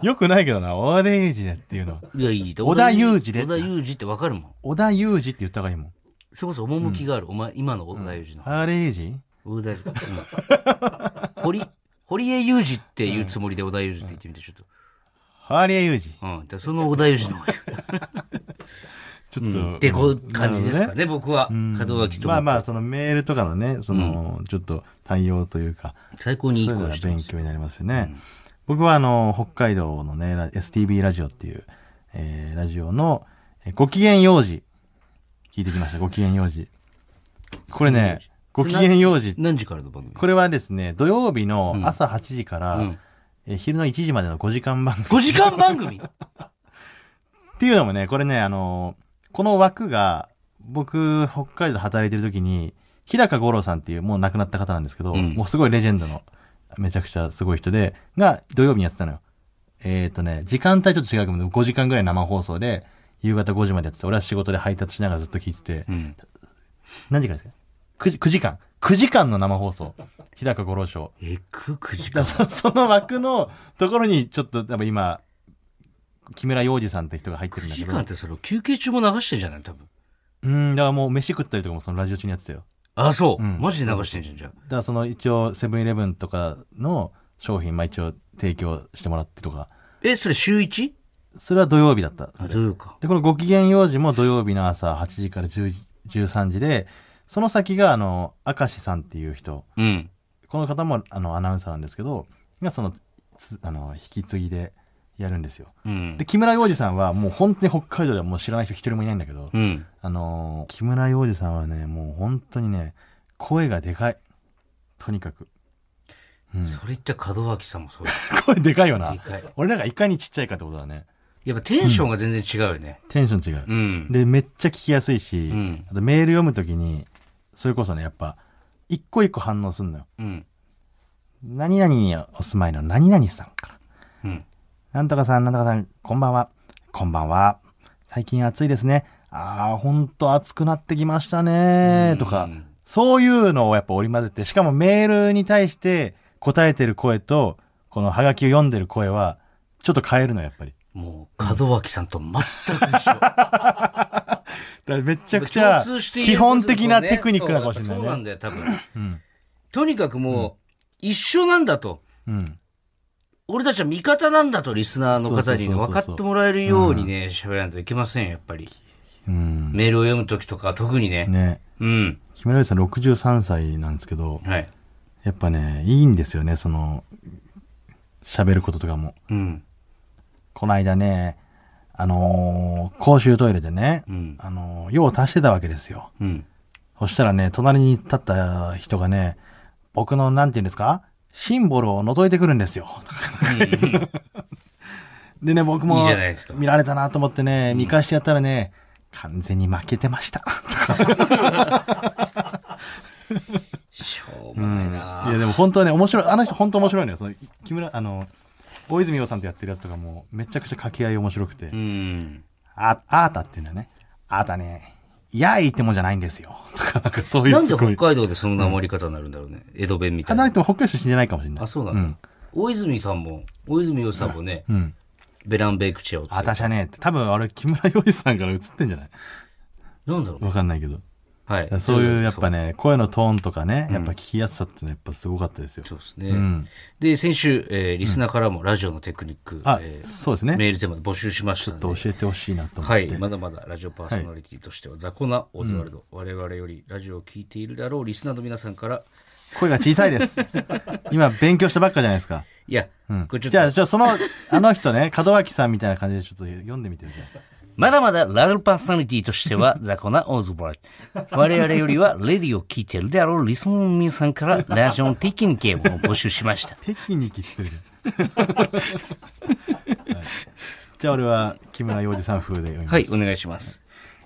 よくないけどな、小田裕二でっていうのは。
いや、いい。
織田裕二で
小田裕二ってわかるもん。
小田裕二って言った方がいいもん。
それこそ趣がある。お前、今の小田裕二の。
小田裕二
小田裕二。うん堀、堀江裕二っていうつもりで小田裕二って言ってみて、ちょっと。
ハーレーユージ。
うん。じゃあその小田裕二の方がいい
ちょっと。
ってこう感じですか
なるほどね。
ね、僕は。門脇と。
まあまあ、そのメールとかのね、その、ちょっと対応というか、
最高にいい
そういうの
声
が
してま
勉
す。
強になりますよね。僕はあの、北海道のね、ラ STB ラジオっていう、えーラジオの、えーご機嫌用事、聞いてきました。ご機嫌用事。これね、ご機嫌用事、
何時からの番組
これはですね、土曜日の朝8時から、
うん
えー昼の1時までの5時間番組
?5 時間番組
っていうのもね、これね、あのーこの枠が、僕、北海道で働いてる時に、日高五郎さんっていうもう亡くなった方なんですけど、
ん
もうすごいレジェンドの、めちゃくちゃすごい人で、が土曜日にやってたのよ。えっ、とね、時間帯ちょっと違うけど、5時間ぐらい生放送で、夕方5時までやってて、俺は仕事で配達しながらずっと聞いてて、
ん
何時からですか 9, 時 ?9 時間。9時間の生放送。日高五郎賞。
えく9時
だ
間。
からそその枠のところに、ちょっと、多分今、木村洋二さんって人が入ってる
9
んだ
時
けど。
間ってそれ休憩中も流してんじゃない多分。
うん、だからもう飯食ったりとかもそのラジオ中にやってたよ。
あ、そう。
ん
マジで流してんじゃん、じゃあ。
だからその一応セブンイレブンとかの商品、まあ一応提供してもらってとか、
え、それ週 1?
それは土曜日だった。
あ、どういうか。
で、このご機嫌用事も土曜日の朝8時から10 13時で、その先があの、明石さんっていう人、
うん。
この方もあのアナウンサーなんですけど、がその、つあの、引き継ぎでやるんですよ。
うん
で、。木村洋二さんはもう本当に北海道ではもう知らない人一人もいないんだけど、
うん。
あのー木村洋二さんはね、もう本当にね、声がでかい。とにかく。
それ言ったら門脇さんもそうだ。
声でかいよな。
でかい
俺らがいかにちっちゃいかってことだね。
やっぱテンションが全然違うよね。
テンション違う。
うん。
で、めっちゃ聞きやすいし、
ん
あとメール読むときに、それこそね、やっぱ、一個一個反応すんのよ。
うん。
何々にお住まいの何々さんから。
うん。
なんとかさん、なんとかさん、こんばんは。こんばんは。最近暑いですね。ああ、ほんと暑くなってきましたね。とか、そういうのをやっぱ織り交ぜて、しかもメールに対して答えてる声と、このハガキを読んでる声は、ちょっと変えるの、やっぱり。
もう、門脇さんと全く一緒。
だ からめちゃくちゃ、
共通してい
基
ること
本
とね
的なテクニックなのかもしれない
そう
ね。
やっぱそうなんだよ、多分。とにかくもう、一緒なんだと。
うん。
俺たちは味方なんだと、リスナーの方にね
そうそうそうそう
分かってもらえるようにね、喋らないといけませんよ、やっぱり。
うん。
メールを読むときとか、特にね。
ね。
うん。
木村洋二さん63歳なんですけど、
はい。
やっぱね、いいんですよね、その、喋ることとかも。
うん。
この間ね、あのー公衆トイレでね、
うん
あのー用を足してたわけですよ。
うん。
そしたらね、隣に立った人がね、僕の、なんて言うんですかシンボルを覗いてくるんですよ。 でね、僕
いい
も
じゃないですか、
見られたなと思ってね、見返してやったらね、完全に負けてました。
しょうもない
い
な
や、でも本当はね、面白い、あの人本当面白いのよ。その、木村、あの、大泉洋さんとやってるやつとかも、めちゃくちゃ掛け合い面白くて、
うん。
あ、あーたって言うんだよね。あーたね、やいってもんじゃないんですよ。とか、なんかそういう
なんです
ごい。
北海道でそのなまり方になるんだろうね。江戸弁みたい
離
な
れ。ても北海道出身じゃないかもしれない。
あ、そうなんだ。大泉さんも、大泉洋さんもね、
うん。
ベランベイクチェをって。
あたしゃねえって、多分あれ木村洋二さんから映ってんじゃない
なんだろう
わかんないけど。
はい。
そういうやっぱね、声のトーンとかね、やっぱ聞きやすさってね、やっぱすごかったですよ。
そうですね。で、先週、えーリスナーからもラジオのテクニック、
あ
え、ー
そうですね。
メールテーマで募集しましたので
ちょっと教えてほしいなと思って。
はい。まだまだラジオパーソナリティとしては、雑魚なオズワルド、我々よりラジオを聞いているだろうリスナーの皆さんから、
声が小さい です。今勉強したばっかじゃないですか。
いや、
うん
これちょっと、
じゃあ、じゃあその、あの人ね、門脇さんみたいな感じでちょっと読んでみてください。
まだまだラルパーソナリティとして はザコなオズボルト。我々よりはレディを聞いてるであろうリスナーの皆さんからラジオのテキニケを募集しました。
テキニキって言ってる けどはいじゃあ俺は木村洋二さん風で読みます。
はい、お願いします。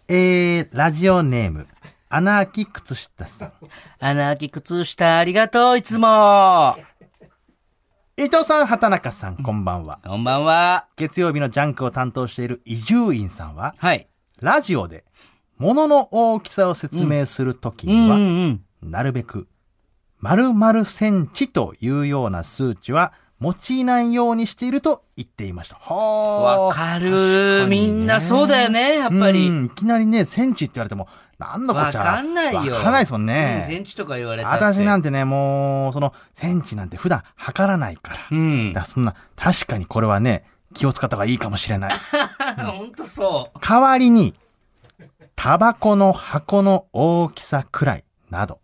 えー、ラジオネーム、アナーキ靴下さん。
アナーキ靴下ありがとう、いつも
伊藤さん、畑中さん、こんばんは。
こんばんは。
月曜日のジャンクを担当している伊集院さんは、
はい。
ラジオで物の大きさを説明するとき
うん
には、
うん。
なるべく、〇〇センチというような数値は用いないようにしていると言っていました。は
わかる。みんなそうだよね、やっぱり。
いきなりね、センチって言われても、なんのこっちゃ。
わかんないよ
わからないですもん
うんセ
ね。
ンチとか言われたって。
私なんんてね、もう、その、センチなんて普段測らないから。
う
だ
ん
か。らそんな、確かにこれはね、気を使った方がいいかもしれない。
ほんとそう。
代わりに、タバコの箱の大きさくらいなど、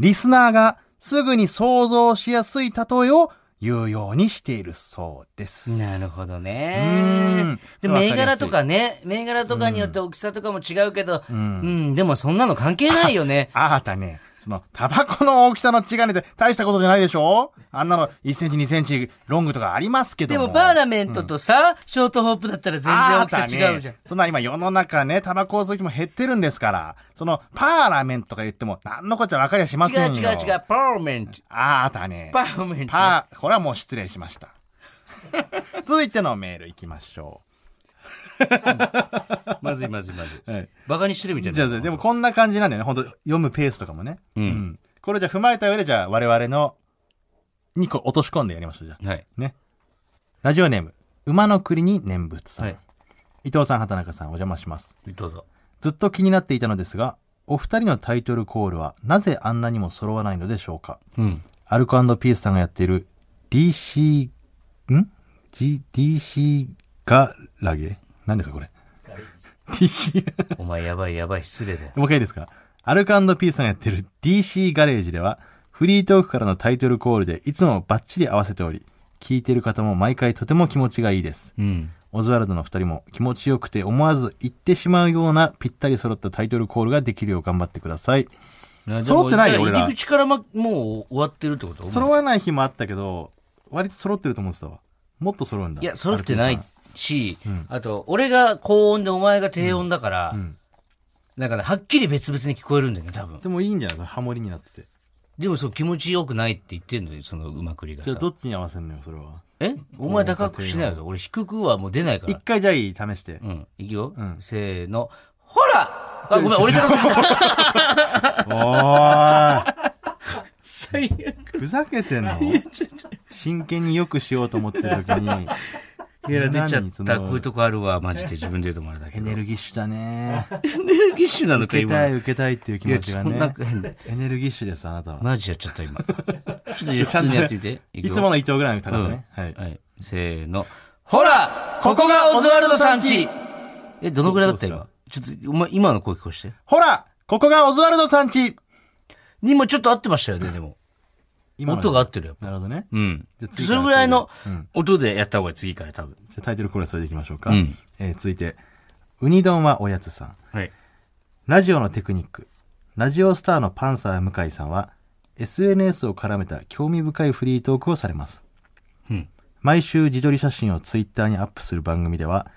リスナーがすぐに想像しやすい例えを言うようにしているそうです。
なるほど
う
ね
ん。
で、
わかりやす
銘
い。
柄とかね、銘柄とかによって大きさとかも違うけど、うんん、でもそんなの関係ないよ ね
あなたね、その、タバコの大きさの違いなんて大したことじゃないでしょあんなの1センチ2センチロングとかありますけど
で
も。
も、パーラメントとさ、ショートホープだったら全然大きさ違うじゃ
あなたね
ん。
そんな今世の中ね、タバコを吸う人も減ってるんですから、その、パーラメントとか言っても、なんのこっちゃわかりゃしませ
違
ん
う
よ。
違う違う、パーラメント。
あなたね。
パーラメント。
パー、これはもう失礼しました。 続いてのメールいきましょ
まずいまずいまずい。
う。はい、
バカにしてるみたいな。
じゃあ、でもこんな感じなんだよね。本当読むペースとかもね。
うん
これじゃあ踏まえた上で、じゃあ我々の、にこう落とし込んでやりましょう、じゃあ。
はい。
ね。ラジオネーム、馬の国に念仏さん。
はい
伊藤さん、畑中さん、お邪魔します。
どうぞ。
ずっと気になっていたのですが、お二人のタイトルコールはなぜあんなにも揃わないのでしょうか
うん。
アルコピースさんがやっている DC、ん ?G、DC ガラゲ何ですかこれ ?DC、
お前やばいやばい、失 礼だよ。
もう一回いいですかアルコピースさんがやってる DC ガレージでは、フリートークからのタイトルコールでいつもバッチリ合わせており、聞いてる方も毎回とても気持ちがいいです。
うん。
オズワルドの二人も気持ちよくて思わず言ってしまうようなぴったり揃ったタイトルコールができるよう頑張ってください。揃ってないよ
じゃあ
俺ら
入り口からま、もう終わってるってこと
揃わない日もあったけど、割と揃ってると思ってたわ。もっと揃うんだ。
いや、揃ってな
ア
い
ルピー
し、あと、俺が高音でお前が低音だから、だから、はっきり別々に聞こえるんだよね、多分
さん。でもいいんじゃないハモリになってて。
でも、そう、気持ちよくないって言ってんのよ、そのうまくりが
じゃあ
さ。
どっちに合わせんのよ、それは。
えお前高くしないよ。俺低くはもう出ないか
一
ら。
回じゃあいい、試して
う。ん、いくよ。
ん
せーの。ほらあ、ごめん、俺高くした。
おー
最悪。
いふざけてんの真剣によくしようと思ってる時に、
いや、出ちゃっ
何そ
た。
の
こういうとこあるわ、マジで自分で言うともあれだけ
エ
ど。
ネルギッシュだね。
エネルギッシュなのか、
受けたい、
今。
受けたいっていう気持ちが
いや
ね
ちょっとなんか変だ。
エネルギッシュです、あなたは。
マジやっちゃった、今。ちょっとじゃあ普通にやってみて。
い
くよ
つもの伊藤ぐらいの高さね。はい。
はい。せーの。ほらここがオズワルドさんちえ、どのぐらいだった
ど
今。ちょっと、お前、今の声聞こえして。
ほらここがオズワルドさんち
今ちょっと合ってましたよね、でも。
今の
音が合ってるよ。
なるほどね。
うん
じゃあ。次か
そ
ら
れぐらいの
うん
音でやった方が次から多分。
じゃあタイトルコールはそれでいきましょうか。
うん
えー続いて、ウニ丼はおやつさん。
はい。
ラジオのテクニック。ラジオスターのパンサー向井さんは、SNS を絡めた興味深いフリートークをされます。
うん
毎週自撮り写真をツイッターにアップする番組では、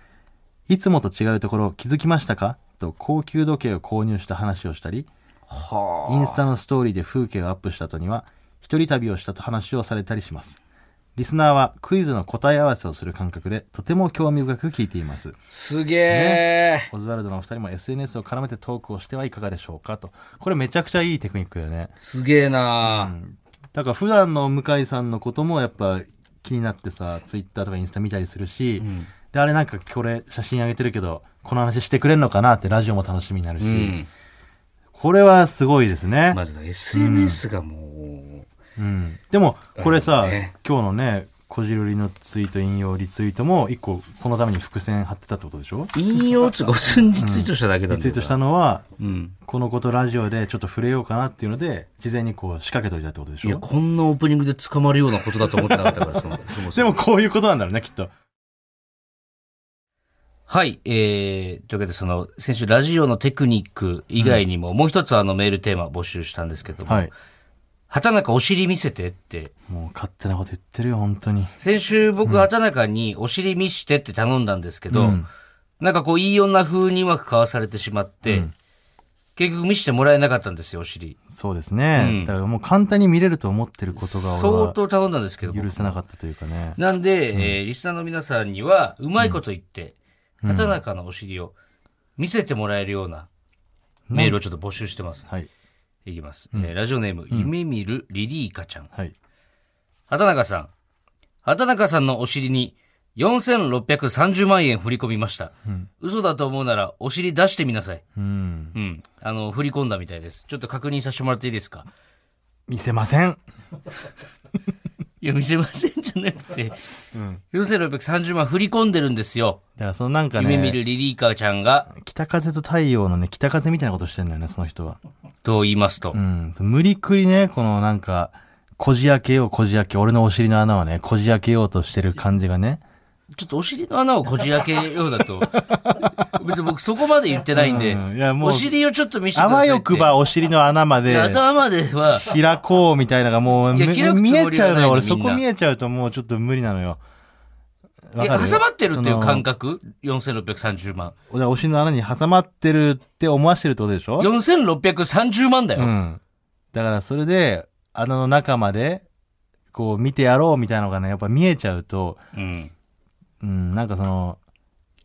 いつもと違うところ気づきましたかと高級時計を購入した話をしたり、インスタのストーリーで風景をアップした後には、一人旅をしたと話をされたりします。リスナーはクイズの答え合わせをする感覚で、とても興味深く聞いています。
すげえ。
オズワルドのお二人も SNS を絡めてトークをしてはいかがでしょうかと。これめちゃくちゃいいテクニックだよね。
すげえな
だから普段の向井さんのこともやっぱ気になってさ、ツイッターとかインスタ見たりするし、で、あれなんかこれ写真上げてるけど、この話してくれんのかなってラジオも楽しみになるし、
うん。
これはすごいですね。
まずだ、SNS がも
うん、でもこれさ、
だよね
今日のね、こじるりのツイート、引用、リツイートも一個このために伏線貼ってたってことでしょ
う、引用つうか、普通にリツイートしただけなんだ
リツイートした
の。
のは、
うん。
このことラジオでちょっと触れようかなっていうので、事前にこう仕掛けといたってことでし
いや、
ょ
こんなオープニングで捕まるようなことだと思ってなかったから、その、そもそ
で
も
もこういうことなんだろうね、きっと。
はい。えー、というわけで、その、先週ラジオのテクニック以外にも、もう一つあのメールテーマ募集したんですけども、
はい。
畑中お尻見せてって、
もう勝手なこと言ってるよ、本当に。
先週僕、畑中にお尻見してって頼んだんですけど、なんかこう、いい女風にうまくかわされてしまって、結局見してもらえなかったんですよ、お尻。
そうですね。だからもう簡単に見れると思ってることが俺
相
は
当頼んだんですけど、
許せなかったというかね。
なんで、えーリスナーの皆さんには、うまいこと言って、畑中のお尻を見せてもらえるようなメールをちょっと募集してます。
はい。
いきます。えーラジオネーム、夢見るリリーカちゃん。
はい。
畑中さん。畑中さんのお尻に4630万円振り込みました。嘘だと思うならお尻出してみなさい。
うん。
うん。あの、振り込んだみたいです。ちょっと確認させてもらっていいですか
見せません。
いや、見せませんじゃなくて、4630万振り込んでるんですよ。
だからそのなんか
夢見
ね、
るリリーカちゃんが、
北風と太陽のね、北風みたいなことしてんのよね、その人は。
と言いますと。
うん。その無理くりね、このなんか、こじ開けよう、こじ開け、俺のお尻の穴はね、こじ開けようとしてる感じがね。
ちょっとお尻の穴をこじ開けようだと。別に僕そこまで言ってないんで、
うんいやもう
お尻をちょっと見せてく
あ
ださ
わ
いって。
よくばお尻の穴まで
頭までは、
開こうみたいなのがもう
いや
め
開くつ
見え
もり
ち
は
ゃ
ないうの
のよ。俺
みん
そ
な
こ見えちゃうともうちょっと無理なのよ。わ
い
か
や
る
挟まってるっていう感
覚。
覚 ?4630 万。
そのお尻の穴に挟まってるって思わしてるってことでしょ
4630万だ
う
よ。
ん。だからそれで、穴の中まで、こう見てやろうみたいなのがね、やっぱ見えちゃうと、
うん。
うん、なんかその、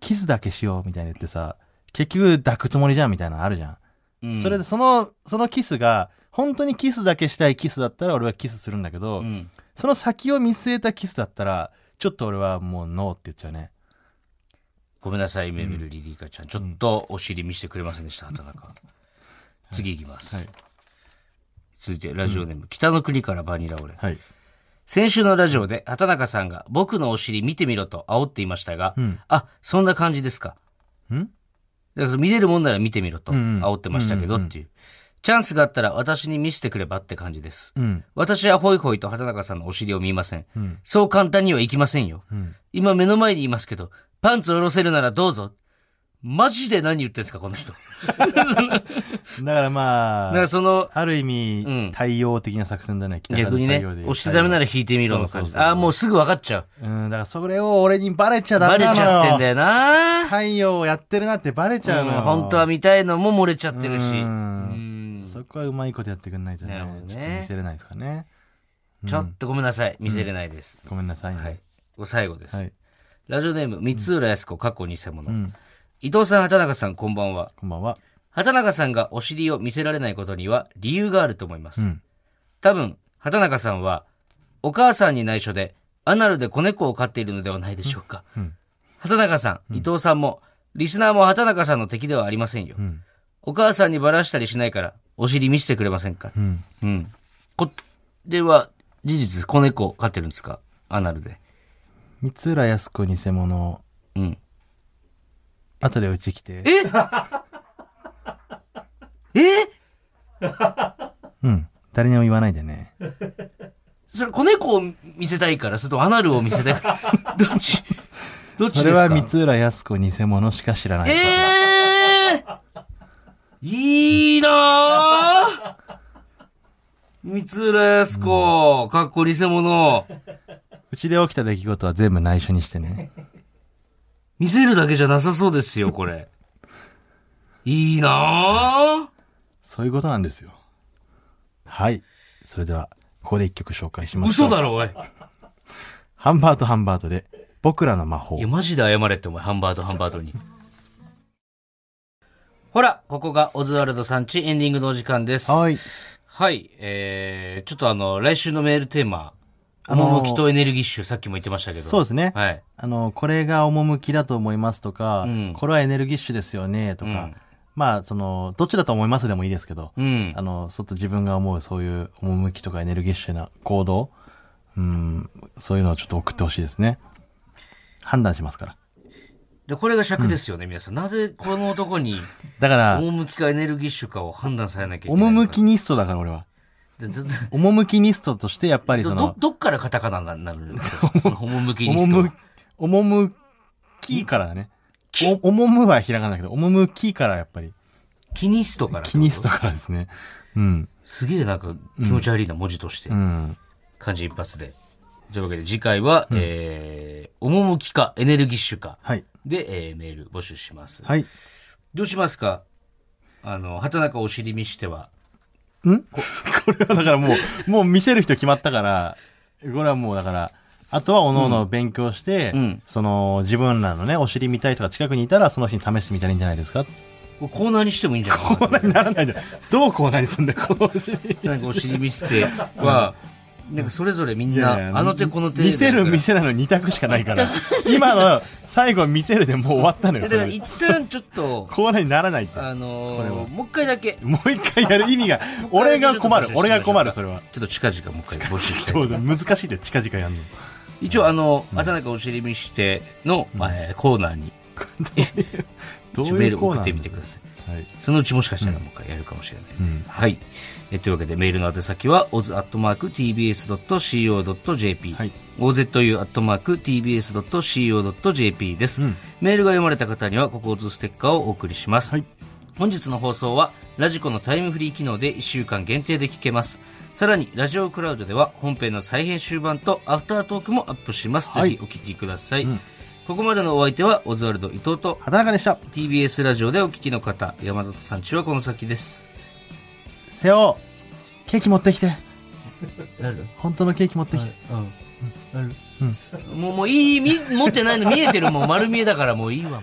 キスだけしようみたいに言ってさ、結局抱くつもりじゃんみたいなのあるじゃん。
うん
それで、その、そのキスが、本当にキスだけしたいキスだったら俺はキスするんだけど、
うん。
その先を見据えたキスだったら、ちょっと俺はもうノーって言っちゃうね。
ごめんなさい、メミルリリーカちゃん。ちょっとお尻見せてくれません でした、畑中。次いきます。
はい
続いて、ラジオネーム、北の国からバニラオレ。
はい。
先週のラジオで畑中さんが僕のお尻見てみろと煽っていましたが、
ん
あ、そんな感じですか。
ん
だからその見れるもんなら見てみろと
うんうん
煽ってましたけどっていう。チャンスがあったら私に見せてくればって感じです。
うん。
私はホイホイと畑中さんのお尻を見ません。
ん
そう簡単にはいきませんよ。
ん
今目の前にいますけど、パンツ下ろせるならどうぞ。マジで何言ってんすか、この人。
だからま
だから
あ、
その、
ある意味、
うん
対応的な作戦だね。北から
逆
の
にね、
対応で言う
押してダメなら引いてみろの感じ。
そうそうそう
ああ、もうすぐ分かっちゃう。
うん、だからそれを俺にバレちゃダ
バ
メ
レ
な
ち
のよ。
ゃってんだよな。
太陽をやってるなってバレちゃうのよ。
うん本当は見たいのも漏れちゃってるし。
うん
うん
そこはうまいことやってくんないとね
なるほどね
ちょっと見せれないですかね。
ちょっとごめんなさい。見せれないです。
ごめんなさいね。
はい。ご最後です。
はい
ラジオネーム、三浦康子、過去偽物。
ん
伊藤さん、畑中さん、こんばんは。
こんばんは。
畑中さんがお尻を見せられないことには理由があると思います。
うん
多分、畑中さんは、お母さんに内緒で、アナルで子猫を飼っているのではないでしょうか。畑中さん、伊藤さんも、リスナーも畑中さんの敵ではありませんよ。
ん
お母さんにばらしたりしないから、お尻見せてくれませんか。
ん
うんこでは、事実、子猫を飼ってるんですかアナルで。
三浦康子偽物、
うん。
後でうち来て。
え
うん。誰にも言わないでね。
それ、子猫を見せたいから、それともアナルを見せたい から。どっち、どっちですか
それは三浦康子偽物しか知らない。
ええー、いいなぁ三浦康子、かっこ偽物。
うちで起きた出来事は全部内緒にし てね。
見せるだけじゃなさそうですよ、これ。いいなぁ
そういうことなんですよ。はい。それでは、ここで一曲紹介しましょう。
嘘だろ、おい。
ハンバートハンバートで、僕らの魔法
いや、。マジで謝れって、お前、ハンバート、ハンバートに。ほら、ここがオズワルドさんちエンディングのお時間です。
はい。
はい、えー、ちょっとあの、来週のメールテーマ、
あのー
趣とエネルギッシュ、さっきも言ってましたけど。
そうですね。
はい。
あの、これが趣だと思いますとか、
うん
これはエネルギッシュですよね、とか、
うん
まあ、その、どっちだと思いますでもいいですけど、
うん
あ。の、ちょっと自分が思うそういう趣とかエネルギッシュな行動、うん、そういうのをちょっと送ってほしいですね。判断しますから。
で、これが尺ですよね、皆さん。なぜこの男に、
だから、
趣かエネルギッシュかを判断されなきゃいけないのか。
趣ニストだから俺は。
でずず
趣ニストとしてやっぱりそ
ど、ど
の、、
どっからカタカナになるんですかその趣にしとは
趣、趣からだね。お、おもむはひらがなだけど、おもむきからやっぱり、
キニストから。
キニスト。からですね。うん。
すげえなんか気持ち悪いな、文字として
う。ん。
漢字一発で。というわけで次回は、えー、趣かエネルギッシュか。
はい。
で、えー、メール募集します。
はい。
どうしますかあの、畑中お尻見しては。
これは だからもう、もう見せる人決まったから、これはもうだから、あとはおのの勉強して、
ん
その自分らのね、お尻見たいとか近くにいたら、その日に試してみたらいいんじゃないですか
これコーナーにしてもいいんじゃないかな。
ならないじゃん。どうこうなりすんだよ、このお尻。い
なんかお尻見せては、なんかそれぞれみんな、あの手この手
見せる見
店
せないの2択しかないから。 今の最後見せるでもう終わったのよ、
だ
そ
から
れ
一旦ちょっと、
コーナーにならないって。
あ
これは
のー、もう一回だけ。
もう一回やる意味が、俺が困る
もう、一
俺
回だけ
が
ちょっと
困る、それは。
ちょっと近々もう一回募集したいと
ど
思
う
います
だ難しいで近々やんの。
一応あの、畑中お尻見しての、えーコーナーに
どう
メー
いう
ル
コー
送
ナー
ってみてください。
い。はい。
そのうちもしかしたらもう一回やるかもしれない。
うん
はい。えというわけでメールの宛先は oz.tbs.co.jp、
はい
ozu.tbs.co.jp です、
うん
メールが読まれた方にはここ oz ステッカーをお送りします。
はい
本日の放送はラジコのタイムフリー機能で1週間限定で聞けます。さらにラジオクラウドでは本編の再編集版とアフタートークもアップします。
はい
ぜひお聞きください。ここまでのお相手はオズワルド伊藤と
畑中でした。
TBS ラジオでお聞きの方、山里さんちはこの先です。
瀬尾、ケーキ持ってきて。
なる
本当のケーキ持ってきて。
うん。もう、もういい、み持ってないの見えてる、もう丸見えだからもういいわ、もう。